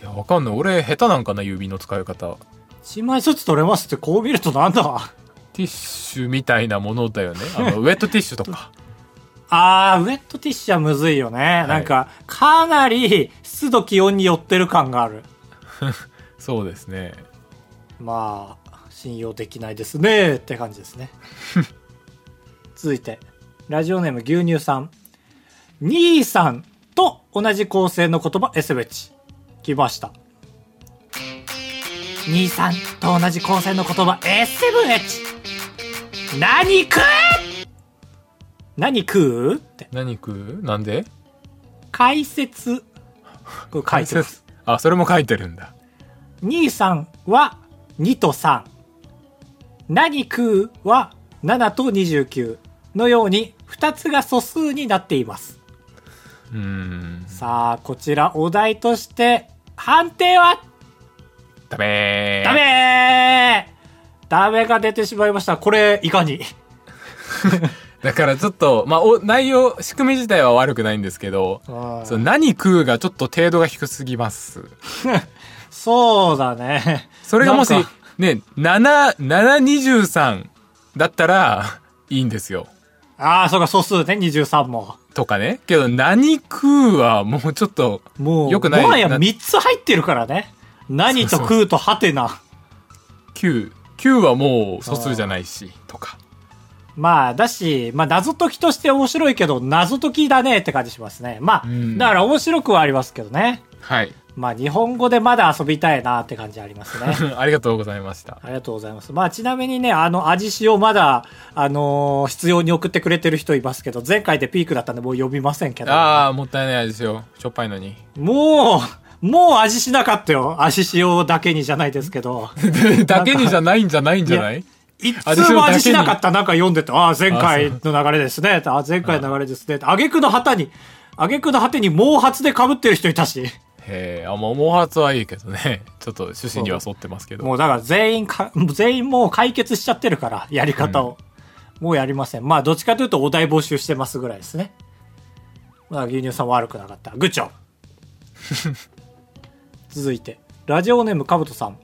Speaker 1: いやわかんない俺下手なんかな指の使い方
Speaker 2: 1枚ずつ取れますって、こう見るとなんだ
Speaker 1: ティッシュみたいなものだよねあ のウェットティッシュとか
Speaker 2: あー、ウェットティッシュはむずいよね。なんか、かなり湿度気温に寄ってる感がある。
Speaker 1: そうですね
Speaker 2: まあ、信用できないですねって感じですね。続いて、ラジオネーム牛乳さん。兄さんと同じ構成の言葉、エスベチ。来ました。兄さんと同じ構成の言葉、S7H。何食う何食うって。
Speaker 1: 何食うなんで
Speaker 2: 解説。これ解説。
Speaker 1: あそれも書いてるんだ
Speaker 2: 兄さんは2と3。何食うは7と29のように2つが素数になっています。
Speaker 1: うーん
Speaker 2: さあ、こちらお題として判定は
Speaker 1: ダメー
Speaker 2: ダメーダメが出てしまいました。これ、いかに
Speaker 1: だからちょっと、まあ、お内容仕組み自体は悪くないんですけど
Speaker 2: うん
Speaker 1: そう何食うがちょっと程度が低すぎます
Speaker 2: そうだね。
Speaker 1: それがもし
Speaker 2: なんか
Speaker 1: ね7723だったらいいんですよ
Speaker 2: ああ、そうか、素数ね、23も。
Speaker 1: とかねけど何食うはもうちょっと
Speaker 2: もう、
Speaker 1: よくない
Speaker 2: もはや
Speaker 1: な
Speaker 2: 3つ入ってるからね。何と食うとハテナ。
Speaker 1: 99はもう素数じゃないしとか
Speaker 2: まあ、だし、まあ、謎解きとして面白いけど、謎解きだねって感じしますね。ま
Speaker 1: う
Speaker 2: あ、
Speaker 1: ん
Speaker 2: だから面白くはありますけどね。
Speaker 1: はい
Speaker 2: まあ、日本語でまだ遊びたいなって感じあります ね。
Speaker 1: ありがとうございました
Speaker 2: ありがとうございます。まあ、ちなみにね、あの、味塩まだ、あのー必要に送ってくれてる人いますけど、前回でピークだったんでもう呼びませんけど。
Speaker 1: ああもったいないですよしょっぱいのに
Speaker 2: もう、もう味しなかったよ。味塩だけにじゃないですけど。
Speaker 1: だけにじゃないんじゃないんじゃない
Speaker 2: い一通も味しなかったなんか読んでて、ああ、前回の流れですね。ああ、前回の流れですね。あげくの果てに、あげくの果てに毛髪で被ってる人いたし。
Speaker 1: へえあもう毛髪はいいけどね ちょっと趣旨には沿ってますけど
Speaker 2: もうだから全員か、 全員もう解決しちゃってるから、やり方を。もうやりません。まあ、どっちかというとお題募集してますぐらいですね。まあ、牛乳さんは悪くなかった。グッチョブ 続いて、ラジオネームかぶとさん。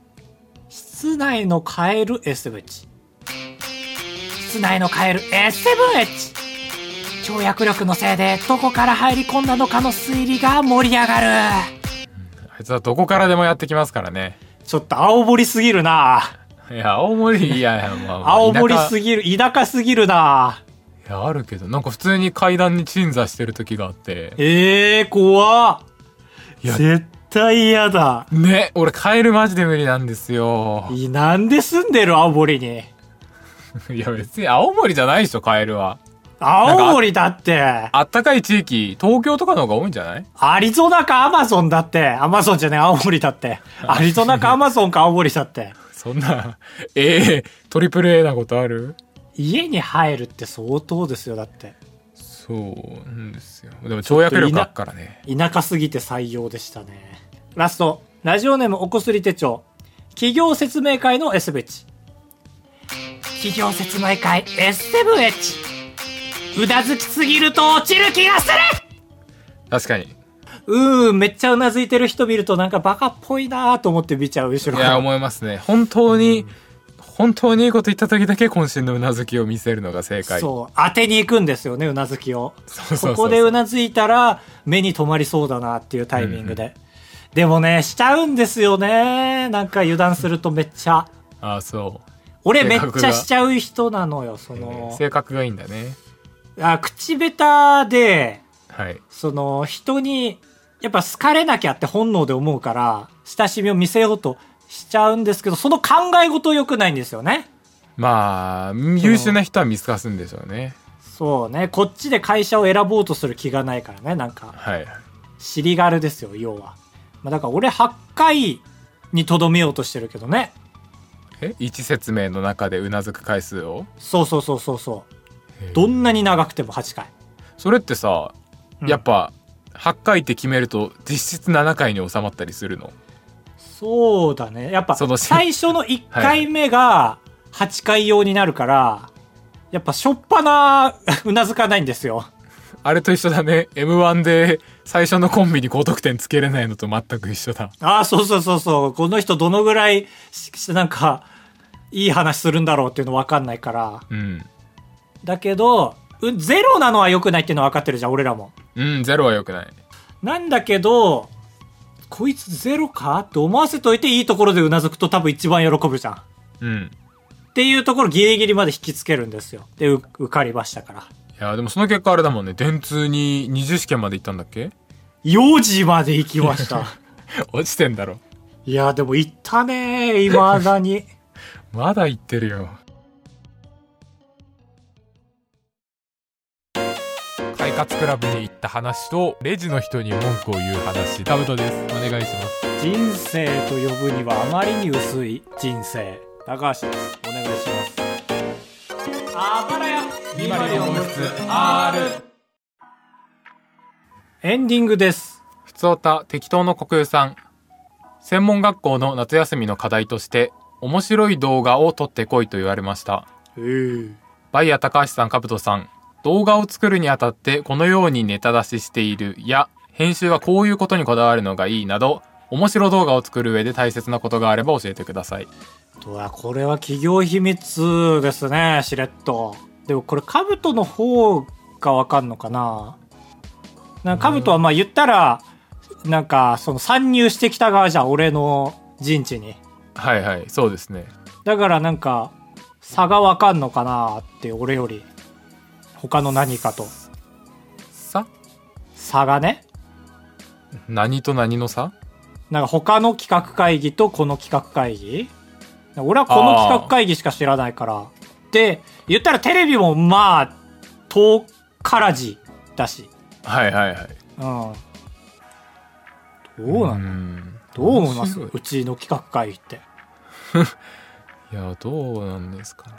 Speaker 2: 室内のカエル S7H。室内のカエル S7H。跳躍力のせいで、どこから入り込んだのかの推理が盛り上がる。
Speaker 1: あいつはどこからでもやってきますからね。
Speaker 2: ちょっと青堀すぎるない
Speaker 1: や、青森、いや、いやまあ、まあ
Speaker 2: 青森
Speaker 1: 田舎
Speaker 2: すぎる、田舎すぎるない
Speaker 1: や、あるけど、なんか普通に階段に鎮座してる時があって。
Speaker 2: ええー、怖っ
Speaker 1: いや
Speaker 2: 絶対嫌だ。
Speaker 1: ね、俺カエルマジで無理なんですよ。
Speaker 2: いなんで住んでる青森に。
Speaker 1: いや、別に青森じゃないでしょ、カエルは。
Speaker 2: 青森だって、
Speaker 1: あったかい地域、東京とかの方が多いんじゃない
Speaker 2: アリゾナかアマゾンだって、アマゾンじゃねえ、青森だって。アリゾナかアマゾンか青森だって。
Speaker 1: そんな、ええトリプル A なことある
Speaker 2: 家に入るって相当ですよ、だって。
Speaker 1: そうなんですよ。でも跳躍力あっからね。
Speaker 2: 田舎すぎて採用でしたね。ラスト、ラジオネームおこすり手帳。企業説明会の S7H 企業説明会 S7H うなずきすぎると落ちる気がする
Speaker 1: 確かに。いう
Speaker 2: ーんめっちゃうなずいてる人見るとなんかバカっぽいなーと思って見ちゃう後ろから
Speaker 1: や、思いますね。本当に、本当にいいこと言った時だけ渾身のうなずきを見せるのが正解。
Speaker 2: そう当てに行くんですよねうなずきを
Speaker 1: そうそうそう
Speaker 2: ここでうなずいたら目に留まりそうだなっていうタイミングで、でもねしちゃうんですよねなんか油断するとめっちゃ
Speaker 1: ああ、そ
Speaker 2: 俺め
Speaker 1: 性
Speaker 2: っ
Speaker 1: 格が、
Speaker 2: ちゃしちゃう人なのよそうの、
Speaker 1: 性格がいいんだね。
Speaker 2: あ口下手で
Speaker 1: はい。
Speaker 2: その人にやっぱ好かれなきゃって本能で思うから親しみを見せようとしちゃうんですけどその考え事良くないんですよね
Speaker 1: まあ、優秀な人は見透かすんでしょうね。
Speaker 2: そうねこっちで会社を選ぼうとする気がないからねなんか
Speaker 1: はい。
Speaker 2: 尻軽ですよ要は、まあ、だから俺8回にとどめようとしてるけどね
Speaker 1: え一説明の中でうなずく回数を
Speaker 2: そうそうそうそうそうどんなに長くても8回
Speaker 1: それってさ、
Speaker 2: うん
Speaker 1: やっぱ8回って決めると実質7回に収まったりするの
Speaker 2: そうだねやっぱ
Speaker 1: その
Speaker 2: 最初の1回目が8回用になるから、やっぱしょっぱな うなずかないんですよ
Speaker 1: あれと一緒だね m 1で最初のコンビに高得点つけれないのと全く一緒だ
Speaker 2: ああそうそうそうそうこの人どのぐらいししなんかいい話するんだろうっていうの分かんないから
Speaker 1: うん
Speaker 2: だけどうゼロなのは良くないっていうのは分かってるじゃん俺らも
Speaker 1: うんゼロは良くない
Speaker 2: なんだけど、こいつゼロかって思わせといていいところでうなずくと多分一番喜ぶじゃん。っ
Speaker 1: うん
Speaker 2: ていうところギリギリまで引きつけるんですよ。で、う受かりましたから。
Speaker 1: いやでもその結果あれだもんね電通に20試験まで行ったんだっけ
Speaker 2: 4時まで行きました。
Speaker 1: 落ちてんだろ
Speaker 2: いや、でも行ったねー、未だに。
Speaker 1: まだ行ってるよ快活クラブに行った話とレジの人に文句を言う話タブトですお願いします
Speaker 2: 人生と呼ぶにはあまりに薄い人生。高橋です。お願いします。あばらやエンディングです。
Speaker 1: ふつおた適当の国有さん専門学校の夏休みの課題として面白い動画を撮ってこいと言われました
Speaker 2: えー、
Speaker 1: バイヤー高橋さん、カブトさん。動画を作るにあたってこのようにネタ出ししているや、編集はこういうことにこだわるのがいいなど、面白動画を作る上で大切なことがあれば教えてください。
Speaker 2: うわこれは企業秘密ですねしれっとでもこれ兜の方がわかんのかななんか兜はまあ言ったらなんかその参入してきた側じゃん俺の陣地に
Speaker 1: はいはい、そうですね。
Speaker 2: だからなんか差がわかんのかなって俺より他の何かと
Speaker 1: さ
Speaker 2: 差がね
Speaker 1: 何と何の差
Speaker 2: なんか他の企画会議とこの企画会議俺はこの企画会議しか知らないから。で、言ったらテレビもまあ、遠からじだし。
Speaker 1: はいはいはい。
Speaker 2: うん。どうなの
Speaker 1: ん
Speaker 2: どう思います
Speaker 1: 面白
Speaker 2: うちの企画会議って。
Speaker 1: いいや、どうなんですかね。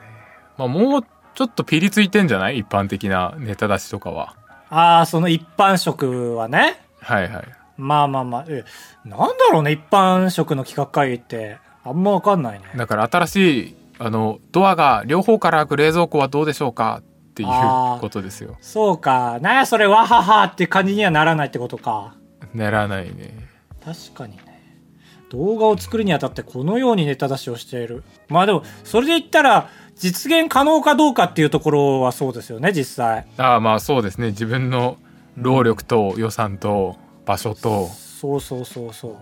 Speaker 1: まあもうちょっとピリついてんじゃない一般的なネタ出しとかは。
Speaker 2: ああ、その一般職はね。
Speaker 1: はいはい。
Speaker 2: まあまあまあ。え、なんだろうね、一般職の企画会議って。あんまわかんないね。
Speaker 1: だから新しいあのドアが両方から開く冷蔵庫はどうでしょうかっていう
Speaker 2: あー
Speaker 1: ことですよ。
Speaker 2: そうか。なんやそれ、わははって感じにはならないってことか。
Speaker 1: ならないね。
Speaker 2: 確かにね動画を作るにあたってこのようにネタ出しをしているまあでもそれで言ったら実現可能かどうかっていうところはそうですよね実際
Speaker 1: ああまあそうですね自分の労力と予算と場所と、
Speaker 2: そうそうそうそう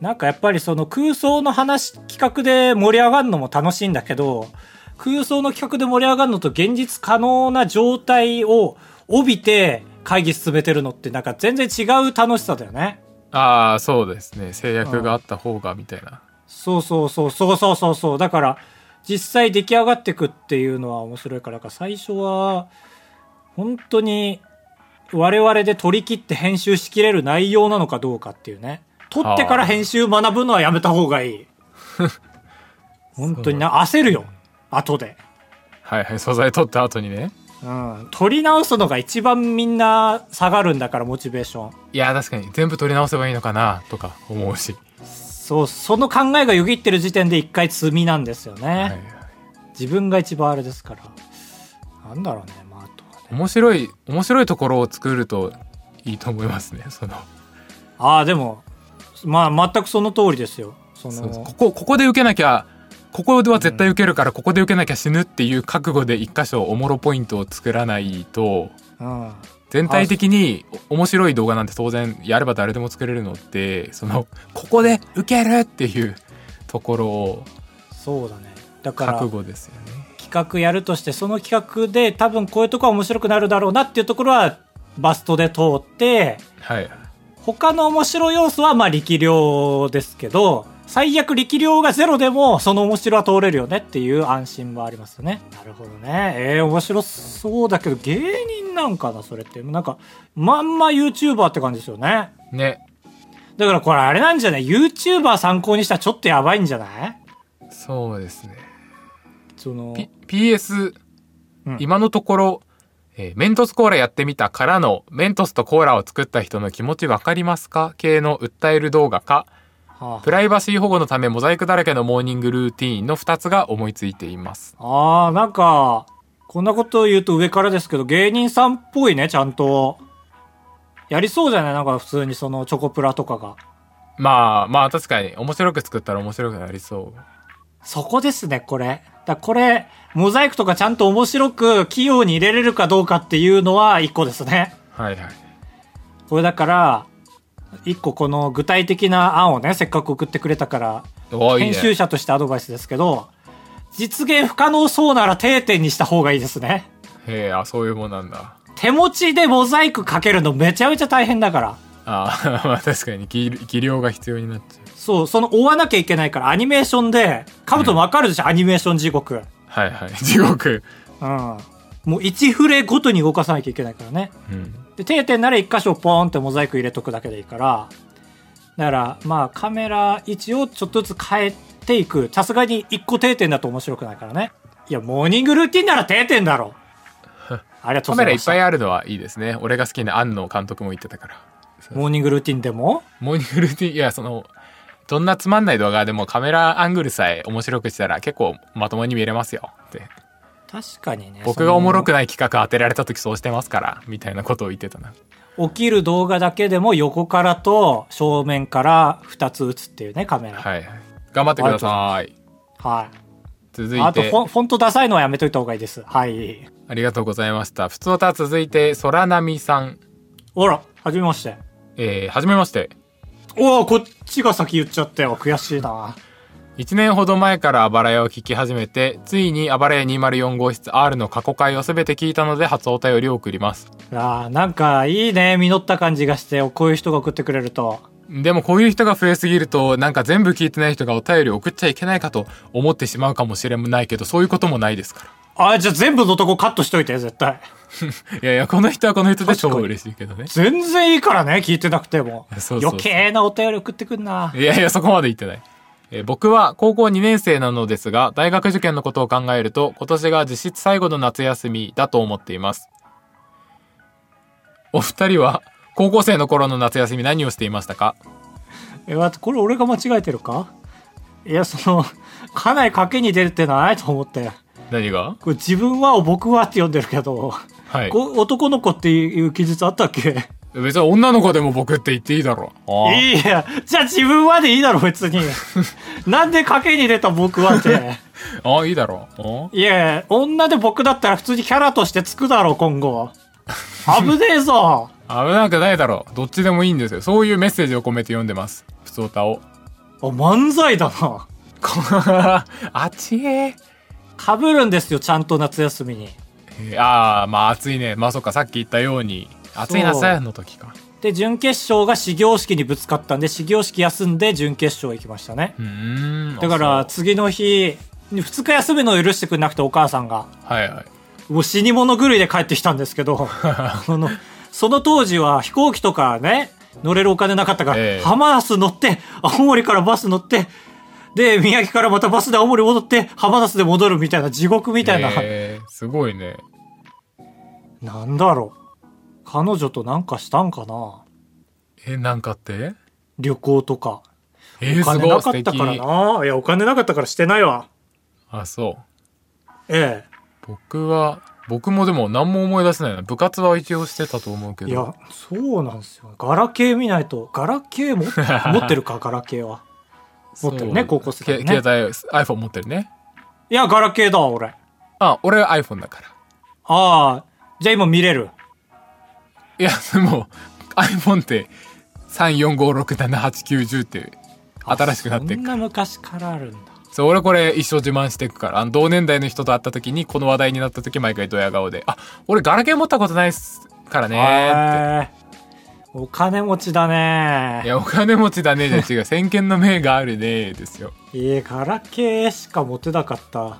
Speaker 2: なんかやっぱりその空想の話企画で盛り上がるのも楽しいんだけど空想の企画で盛り上がるのと現実可能な状態を帯びて会議進めてるのってなんか全然違う楽しさだよね
Speaker 1: ああそうですね制約があった方がみたいな。
Speaker 2: そうそうそうそうそうそうそうだから実際出来上がってくっていうのは面白いからだから最初は本当に我々で取り切って編集しきれる内容なのかどうかっていうね撮ってから編集学ぶのはやめた方がい い本当にな焦るよ後で、
Speaker 1: はいはい素材取った後にね。
Speaker 2: うん、撮り直すのが一番みんな下がるんだからモチベーション
Speaker 1: いや確かに全部取り直せばいいのかなとか思うし。
Speaker 2: そう、その考えがよぎってる時点で一回積みなんですよね。
Speaker 1: はいはい
Speaker 2: 自分が一番あれですから。なんだろうね、まあ、あとはね。
Speaker 1: 面白い面白いところを作るといいと思いますねその
Speaker 2: ああ、でも、まあ、全くその通りですよ。そ
Speaker 1: そうです
Speaker 2: の
Speaker 1: こ、こここで受けなきゃここでは絶対受けるからここで受けなきゃ死ぬっていう覚悟で一箇所おもろポイントを作らないと
Speaker 2: うん。
Speaker 1: 全体的にお面白い動画なんて当然やれば誰でも作れるのってそのここで受けるっていうところを
Speaker 2: そうだね。だから
Speaker 1: 覚、悟ですよね。
Speaker 2: 企画やるとして、その企画で多分こういうとこは面白くなるだろうなっていうところは、バストで通って、
Speaker 1: はい、
Speaker 2: 他の面白い要素はまあ力量ですけど、最悪力量がゼロでもその面白は通れるよねっていう安心もありますよね。なるほどね。えー、面白そうだけど芸人なんかな、それって。なんか、まんま YouTuber って感じですよね。
Speaker 1: ね
Speaker 2: だからこれあれなんじゃない ?YouTuber 参考にしたらちょっとやばいんじゃない
Speaker 1: そうですね。
Speaker 2: その、
Speaker 1: P- PS
Speaker 2: うん
Speaker 1: 今のところ、えーメントスコーラやってみたからのメントスとコーラを作った人の気持ちわかりますか系の訴える動画か
Speaker 2: は
Speaker 1: プライバシー保護のためモザイクだらけのモーニングルーティーンの2つが思いついています
Speaker 2: あ、あー、なんか、こんなこと言うと上からですけど、芸人さんっぽいね、ちゃんと。やりそうじゃないなんか普通にそのチョコプラとかが。
Speaker 1: まあまあ確かに面白く作ったら面白くなりそう
Speaker 2: そこですね、これ。だこれ、モザイクとかちゃんと面白く器用に入れれるかどうかっていうのは一個ですね。
Speaker 1: はいはい
Speaker 2: これだから、一個この具体的な案をね、せっかく送ってくれたから、
Speaker 1: おーいい
Speaker 2: 編
Speaker 1: ね
Speaker 2: 集者としてアドバイスですけど、実現不可能そうなら定点にした方がいいですね。
Speaker 1: へえあそういうもんなんだ
Speaker 2: 手持ちでモザイクかけるのめちゃめちゃ大変だから。
Speaker 1: あー まあ確かに技技量が必要になっちゃう
Speaker 2: そう、その追わなきゃいけないからアニメーションで、カブトもわかるでしょ、アニメーション地獄。
Speaker 1: はい はい地獄
Speaker 2: うん。もう1フレごとに動かさなきゃいけないからね。
Speaker 1: うん
Speaker 2: で定点なら一箇所ポーンってモザイク入れとくだけでいいからだからまあカメラ位置をちょっとずつ変えていくさすがに一個定点だと面白くないからねいやモーニングルーティンなら定 点だろありが
Speaker 1: カ
Speaker 2: とうござ
Speaker 1: メ
Speaker 2: い
Speaker 1: ラい
Speaker 2: ま
Speaker 1: っ
Speaker 2: した
Speaker 1: ぱいあるのはいいですね俺が好きな庵野監督も言ってたから
Speaker 2: モーニングルーティンでも
Speaker 1: モーニングルーティンいやそのどんなつまんない動画でもカメラアングルさえ面白くしたら結構まともに見れますよって
Speaker 2: 確かにね
Speaker 1: 僕がおもろく
Speaker 2: そ
Speaker 1: ない企画当てられた時そうしてますからみたいなことを言ってたな
Speaker 2: の起きる動画だけでも横からと正面から2つ打つっていうねカメラはい、
Speaker 1: はい頑張ってください続い
Speaker 2: あと
Speaker 1: て
Speaker 2: フォンフォントダサいのはやめといた方がいいですはい
Speaker 1: ありがとうございました普通歌続いて空波さん
Speaker 2: ほらはじめまして
Speaker 1: えー、はじめまして
Speaker 2: おおこっちが先言っちゃったよ悔しいな
Speaker 1: 1年ほど前からあばら屋を聞き始めてついにあばら屋204号室 R の過去回を全て聞いたので初お便りを送ります
Speaker 2: あーなんかいいね実った感じがしてこういう人が送ってくれると
Speaker 1: でもこういう人が増えすぎるとなんか全部聞いてない人がお便り送っちゃいけないかと思ってしまうかもしれないけどそういうこともないですか
Speaker 2: あじゃあ全部のとこカットしといて絶対
Speaker 1: らいやいやこの人はこの人で超
Speaker 2: 確かに
Speaker 1: 嬉しいけどね
Speaker 2: 全然いいからね聞いてなくても
Speaker 1: そうそうそう
Speaker 2: 余計なお便り送ってくんない
Speaker 1: やいやそこまで言ってない、えー僕は高校2年生なのですが大学受験のことを考えると今年が実質最後の夏休みだと思っていますお二人は高校生の頃の夏休み何をしていましたか
Speaker 2: え待ってこれ俺が間違えてるかいやそのかなり賭けに出てないと思って
Speaker 1: 何が
Speaker 2: これ自分はを僕はって呼んでるけど、
Speaker 1: はい
Speaker 2: こ男の子っていう記述あったっけ
Speaker 1: 別に女の子でも僕って言っていいだろうあー
Speaker 2: いやじゃあ自分はでいいだろ 別になんで賭けに出た僕はって
Speaker 1: あーいいだろうあー
Speaker 2: いや、女で僕だったら普通にキャラとしてつくだろ、今後。危ねえぞ。
Speaker 1: 危なくないだろう。どっちでもいいんですよ。そういうメッセージを込めて読んでます。普通歌を。
Speaker 2: あ、漫才だな。
Speaker 1: こあちえ
Speaker 2: 被るんですよ、ちゃんと夏休みに。
Speaker 1: ー。ああ、まあ暑いね。まあそっか、さっき言ったように。暑いな、
Speaker 2: そう
Speaker 1: さやの時か。
Speaker 2: で、準決勝が始業式にぶつかったんで、始業式休んで準決勝行きましたね。
Speaker 1: うーん。
Speaker 2: だから、次の日、2日休みの許してくれなくて、お母さんが。
Speaker 1: あ。はいはい。
Speaker 2: もう死に物狂いで帰ってきたんです けど、あの、その当時は飛行機とかね、乗れるお金なかったから、
Speaker 1: ええ
Speaker 2: 浜松乗って、青森からバス乗って、で、宮城からまたバスで青森戻って、浜松で戻るみたいな地獄みたいな、
Speaker 1: えー、すごいね。
Speaker 2: なんだろう。彼女となんかしたんかな
Speaker 1: え、なんかって
Speaker 2: 旅行とか。
Speaker 1: えー、す
Speaker 2: お金
Speaker 1: ご
Speaker 2: ないか
Speaker 1: 素
Speaker 2: ったから
Speaker 1: 敵
Speaker 2: な。いや、お金なかったからしてないわ。
Speaker 1: あそう
Speaker 2: え
Speaker 1: 僕は僕もでも何も思い出せないな部活は一応してたと思うけ
Speaker 2: え。
Speaker 1: ど
Speaker 2: いや、そうなんですよ。ガラケー見ないと。ガラ ケーも持ってるか、ガラケーは。持ってるね
Speaker 1: そう
Speaker 2: 高校生だよね
Speaker 1: け携帯 iPhone 持ってるね
Speaker 2: いや、ガラケーだわ、俺。
Speaker 1: あ俺は iPhone だから
Speaker 2: ああ、じゃあ今見れる。
Speaker 1: いやでも iPhone って345678910って新しくなって
Speaker 2: そ
Speaker 1: い
Speaker 2: ん
Speaker 1: く
Speaker 2: な昔からあるんだ。
Speaker 1: そう俺これ一生自慢していくからあの同年代の人と会った時にこの話題になった時毎回ドヤ顔で「あ俺ガラケー持ったことないっすからね」って。
Speaker 2: へえお金持ちだ
Speaker 1: い
Speaker 2: ね。
Speaker 1: やお金持ちだね じゃ違う先見の明があるねですよ
Speaker 2: いや、ガラケーしか持てなかった。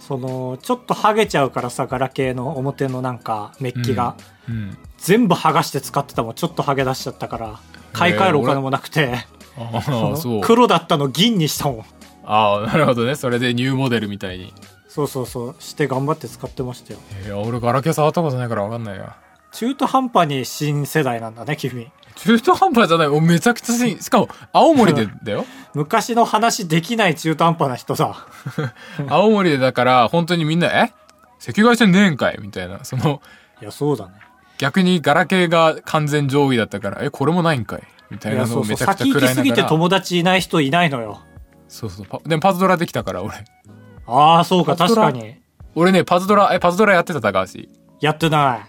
Speaker 2: その、ちょっとハゲちゃうからさ、ガラケーの表のなんか、メッキが。
Speaker 1: うん
Speaker 2: 全部剥がして使ってたもん、ちょっと剥げ出しちゃったから。買い替えるお金もなくて、
Speaker 1: あ
Speaker 2: その
Speaker 1: あそう
Speaker 2: 黒だったの銀にしたもん。
Speaker 1: ああなるほどねそれでニューモデルみたいに
Speaker 2: そうそうそう、して頑張って使ってましたよ。
Speaker 1: いや俺ガラケー触ったことないから分かんないや
Speaker 2: 中途半端に新世代なんだね、君。
Speaker 1: 中途半端じゃないおめちゃくちゃししかも青森でだ よ
Speaker 2: 昔の話できない中途半端な人さ。
Speaker 1: 青森でだから本当にみんな「え赤外線ねえんかい」みたいなその
Speaker 2: いや、そうだね。
Speaker 1: 逆にガラケーが完全上位だったから「えこれもないんかい」みた
Speaker 2: い
Speaker 1: い
Speaker 2: や、
Speaker 1: な
Speaker 2: そ
Speaker 1: の
Speaker 2: う
Speaker 1: を
Speaker 2: そう。
Speaker 1: めちゃくちゃ
Speaker 2: 先
Speaker 1: 食ら
Speaker 2: 行き
Speaker 1: いな
Speaker 2: す
Speaker 1: が
Speaker 2: ぎて
Speaker 1: ら
Speaker 2: 友達いない人いないのよ。
Speaker 1: そうそうパでもパズドラできたから俺
Speaker 2: ああ、そうか、
Speaker 1: パ
Speaker 2: 確
Speaker 1: ズドラ
Speaker 2: かに。
Speaker 1: 俺ねパズドラえパズドラやってた高橋
Speaker 2: やってない。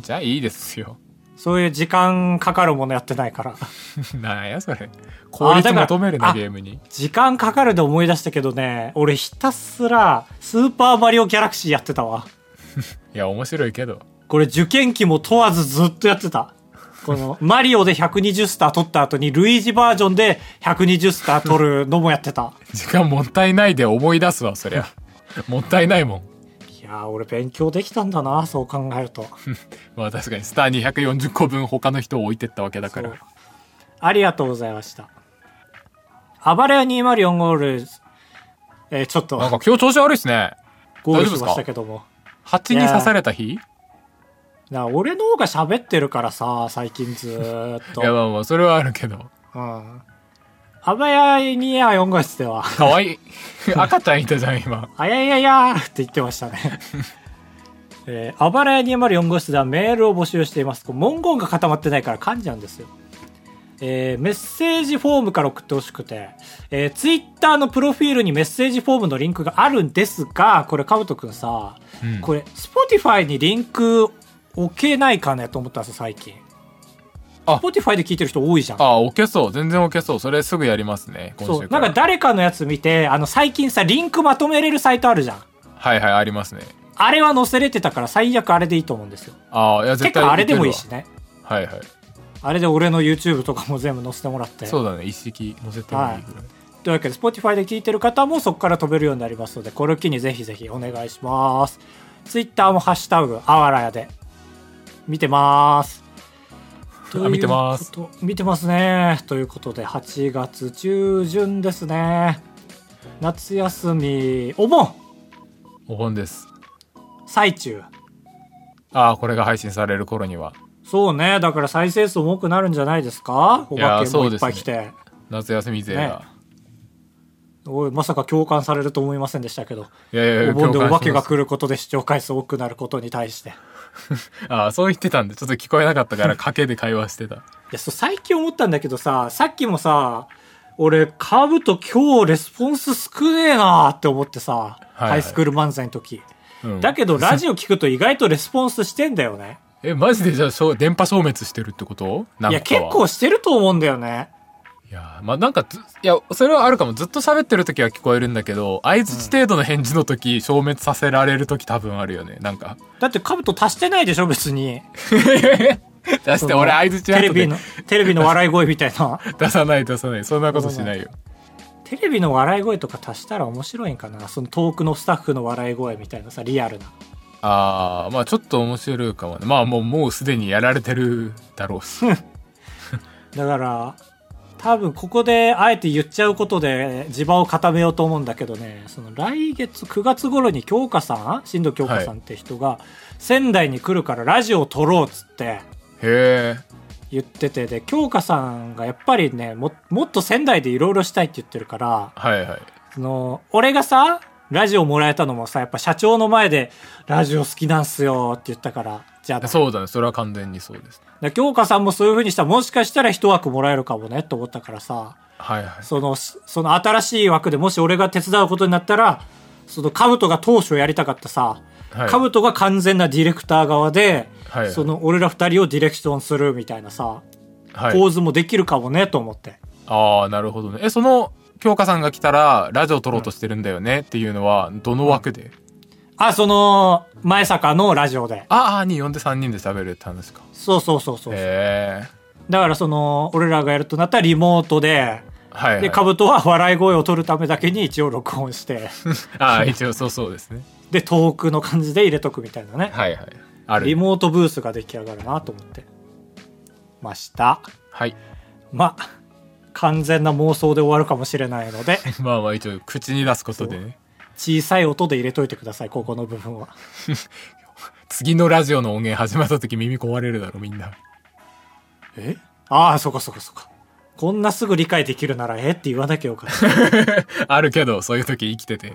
Speaker 1: じゃあいいですよ
Speaker 2: そういう時間かかるものやってないから。
Speaker 1: なんやそれ効率求めるな
Speaker 2: あだから
Speaker 1: ゲームに
Speaker 2: 時間かかるで思い出したけどね、俺ひたすら、スーパーマリオギャラクシーやってたわ。
Speaker 1: いや面白いけど
Speaker 2: これ受験期も問わずずっとやってた。この、 マリオで120スター取った後に、ルイージバージョンで120スター取るのもやってた。
Speaker 1: 時間もったいないで思い出すわそ りゃもったいないもん
Speaker 2: いやー、俺勉強できたんだな、そう考えると。
Speaker 1: まあ確かにスター240個分他の人を置いてったわけだから
Speaker 2: そうありがとうございました。暴れ屋204ゴール、えーちょっと
Speaker 1: なんか今日調子悪いっすね
Speaker 2: ゴール
Speaker 1: 大丈夫で
Speaker 2: し
Speaker 1: す
Speaker 2: ま
Speaker 1: か
Speaker 2: したけども。
Speaker 1: 蜂に刺された日い
Speaker 2: な俺の方が喋ってるからさ、最近ずーっと。
Speaker 1: やまあまあそれはあるけど
Speaker 2: うん。 あばやにや4号室では、
Speaker 1: かわい い赤ちゃんいたじゃん今
Speaker 2: あやややーって言ってました ね。えー、あばらや204号室ではメールを募集しています。こう文言が固まってないから噛んじゃうんですよ。えーメッセージフォームから送ってほしくて、えー、ツイッターのプロフィールにメッセージフォームのリンクがあるんですが、これ、かぶとくんさ、
Speaker 1: うん
Speaker 2: これ、Spotify にリンク置けないかねと思ったんですよ、最近。
Speaker 1: あ
Speaker 2: Spotify で聞いてる人多いじゃん。
Speaker 1: ああ置けそう全然置けそうそれすぐやりますね今
Speaker 2: そう。
Speaker 1: 週か
Speaker 2: なんから誰かのやつ見て、あの、最近さ、リンクまとめれるサイトあるじゃん。
Speaker 1: はいはいありますね
Speaker 2: あれは載せれてたから、最悪あれでいいと思うんですよ。
Speaker 1: ああいや
Speaker 2: て
Speaker 1: 絶対
Speaker 2: か、あれでもいいしね。
Speaker 1: けるわはいはい
Speaker 2: あれで俺の YouTube とかも全部載せてもらって。
Speaker 1: そうだね一式載せてもいいぐらい
Speaker 2: というわけで、Spotify で聞いてる方もそこから飛べるようになりますので、これを機にぜひぜひお願いします。Twitter もハッシュタグ、あわらやで。見てます。
Speaker 1: あ見てます
Speaker 2: ということ。見てますね。ということで、8月中旬ですね。夏休み、お盆
Speaker 1: お盆です
Speaker 2: 最中。
Speaker 1: ああこれが配信される頃には
Speaker 2: そうね。だから再生数も多くなるんじゃないですかお
Speaker 1: いや
Speaker 2: 化けも
Speaker 1: そう
Speaker 2: いっ
Speaker 1: です
Speaker 2: ぱ
Speaker 1: ね
Speaker 2: い来て。
Speaker 1: 夏休み勢が、
Speaker 2: おい、まさか共感されると思いませんでしたけど。
Speaker 1: いやいやいや
Speaker 2: お盆でお化
Speaker 1: 共感
Speaker 2: け
Speaker 1: しま
Speaker 2: が
Speaker 1: す
Speaker 2: 来ることで視聴回数多くなることに対して。い
Speaker 1: ああ、そう言ってたんで、ちょっと聞こえなかったから、賭けで会話してた。
Speaker 2: や、そう、最近思ったんだけどさ、さっきもさ、俺、カブと今日レスポンス少ねえなーって思ってさ、
Speaker 1: はい
Speaker 2: ハイスクール漫才の時。
Speaker 1: うん
Speaker 2: だけど、ラジオ聞くと意外とレスポンスしてんだよね。
Speaker 1: え、マジでじゃあ、しょう電波消滅してるってことなんかはい
Speaker 2: や、結構。してると思うんだよね。
Speaker 1: いや、まあ、なんかず、いや、それはあるかも。ずっと喋ってる時は聞こえるんだけど、相づち程度の返事の時、消滅させられる時多分あるよね。なんか。
Speaker 2: だって、カブと足してないでしょ、別に。
Speaker 1: 出 して、俺相づち
Speaker 2: テレビの、テレビの笑い声みたいな。
Speaker 1: 出さない出さない。そんなことしないよ。
Speaker 2: テレビの笑い声とか足したら面白いんかなその遠くのスタッフの笑い声みたいなさリアルな
Speaker 1: ああ、まあちょっと面白いかもね。まあもう、もうすでにやられてるだろう し。
Speaker 2: だから多分ここであえて言っちゃうことで地場を固めようと思うんだけどねその来月9月頃に京香さん新藤京香さんって人が仙台に来るからラジオを撮ろうっつって、
Speaker 1: へえ。
Speaker 2: 言っててで京香さんがやっぱりねももっと仙台でいろいろしたいって言ってるから
Speaker 1: はいはい
Speaker 2: その俺がさラジオもらえたのもさやっぱ社長の前で「ラジオ好きなんすよ」って言ったからじゃあ
Speaker 1: そうだねそれは完全にそうです
Speaker 2: で京香さんもそういう風にしたらもしかしたら一枠もらえるかもねと思ったからさ
Speaker 1: はいはい
Speaker 2: そのすその新しい枠でもし俺が手伝うことになったらその兜が当初やりたかったさ、
Speaker 1: はい
Speaker 2: 兜が完全なディレクター側で、
Speaker 1: はいはい
Speaker 2: その俺ら二人をディレクションするみたいなさ、
Speaker 1: はい
Speaker 2: 構図もできるかもねと思って
Speaker 1: ああなるほどねえその京香さんが来たらラジオ撮ろうとしてるんだよねっていうのはどの枠で、
Speaker 2: あその前坂のラジオで
Speaker 1: ああに呼んで3人で喋るって話か
Speaker 2: そうそうそうそう、
Speaker 1: へえ
Speaker 2: だからその俺らがやるとなったらリモートで
Speaker 1: はい、はい、
Speaker 2: で兜は笑い声を取るためだけに一応録音して
Speaker 1: ああ一応そうそう ですね
Speaker 2: で遠くの感じで入れとくみたいなね
Speaker 1: はいはいあ
Speaker 2: リ
Speaker 1: る
Speaker 2: モートブースが出来上がるなと思ってました
Speaker 1: はい
Speaker 2: まあ完全な妄想で終わるかもしれないの で
Speaker 1: まあまあ一応口に出すことでね
Speaker 2: 小さい音で入れといてくださいここの部分は
Speaker 1: 次のラジオの音源始まった時耳壊れるだろみんな
Speaker 2: えああそうかそうかそうかこんなすぐ理解できるならえって言わなきゃよかった
Speaker 1: あるけどそういう時生きてて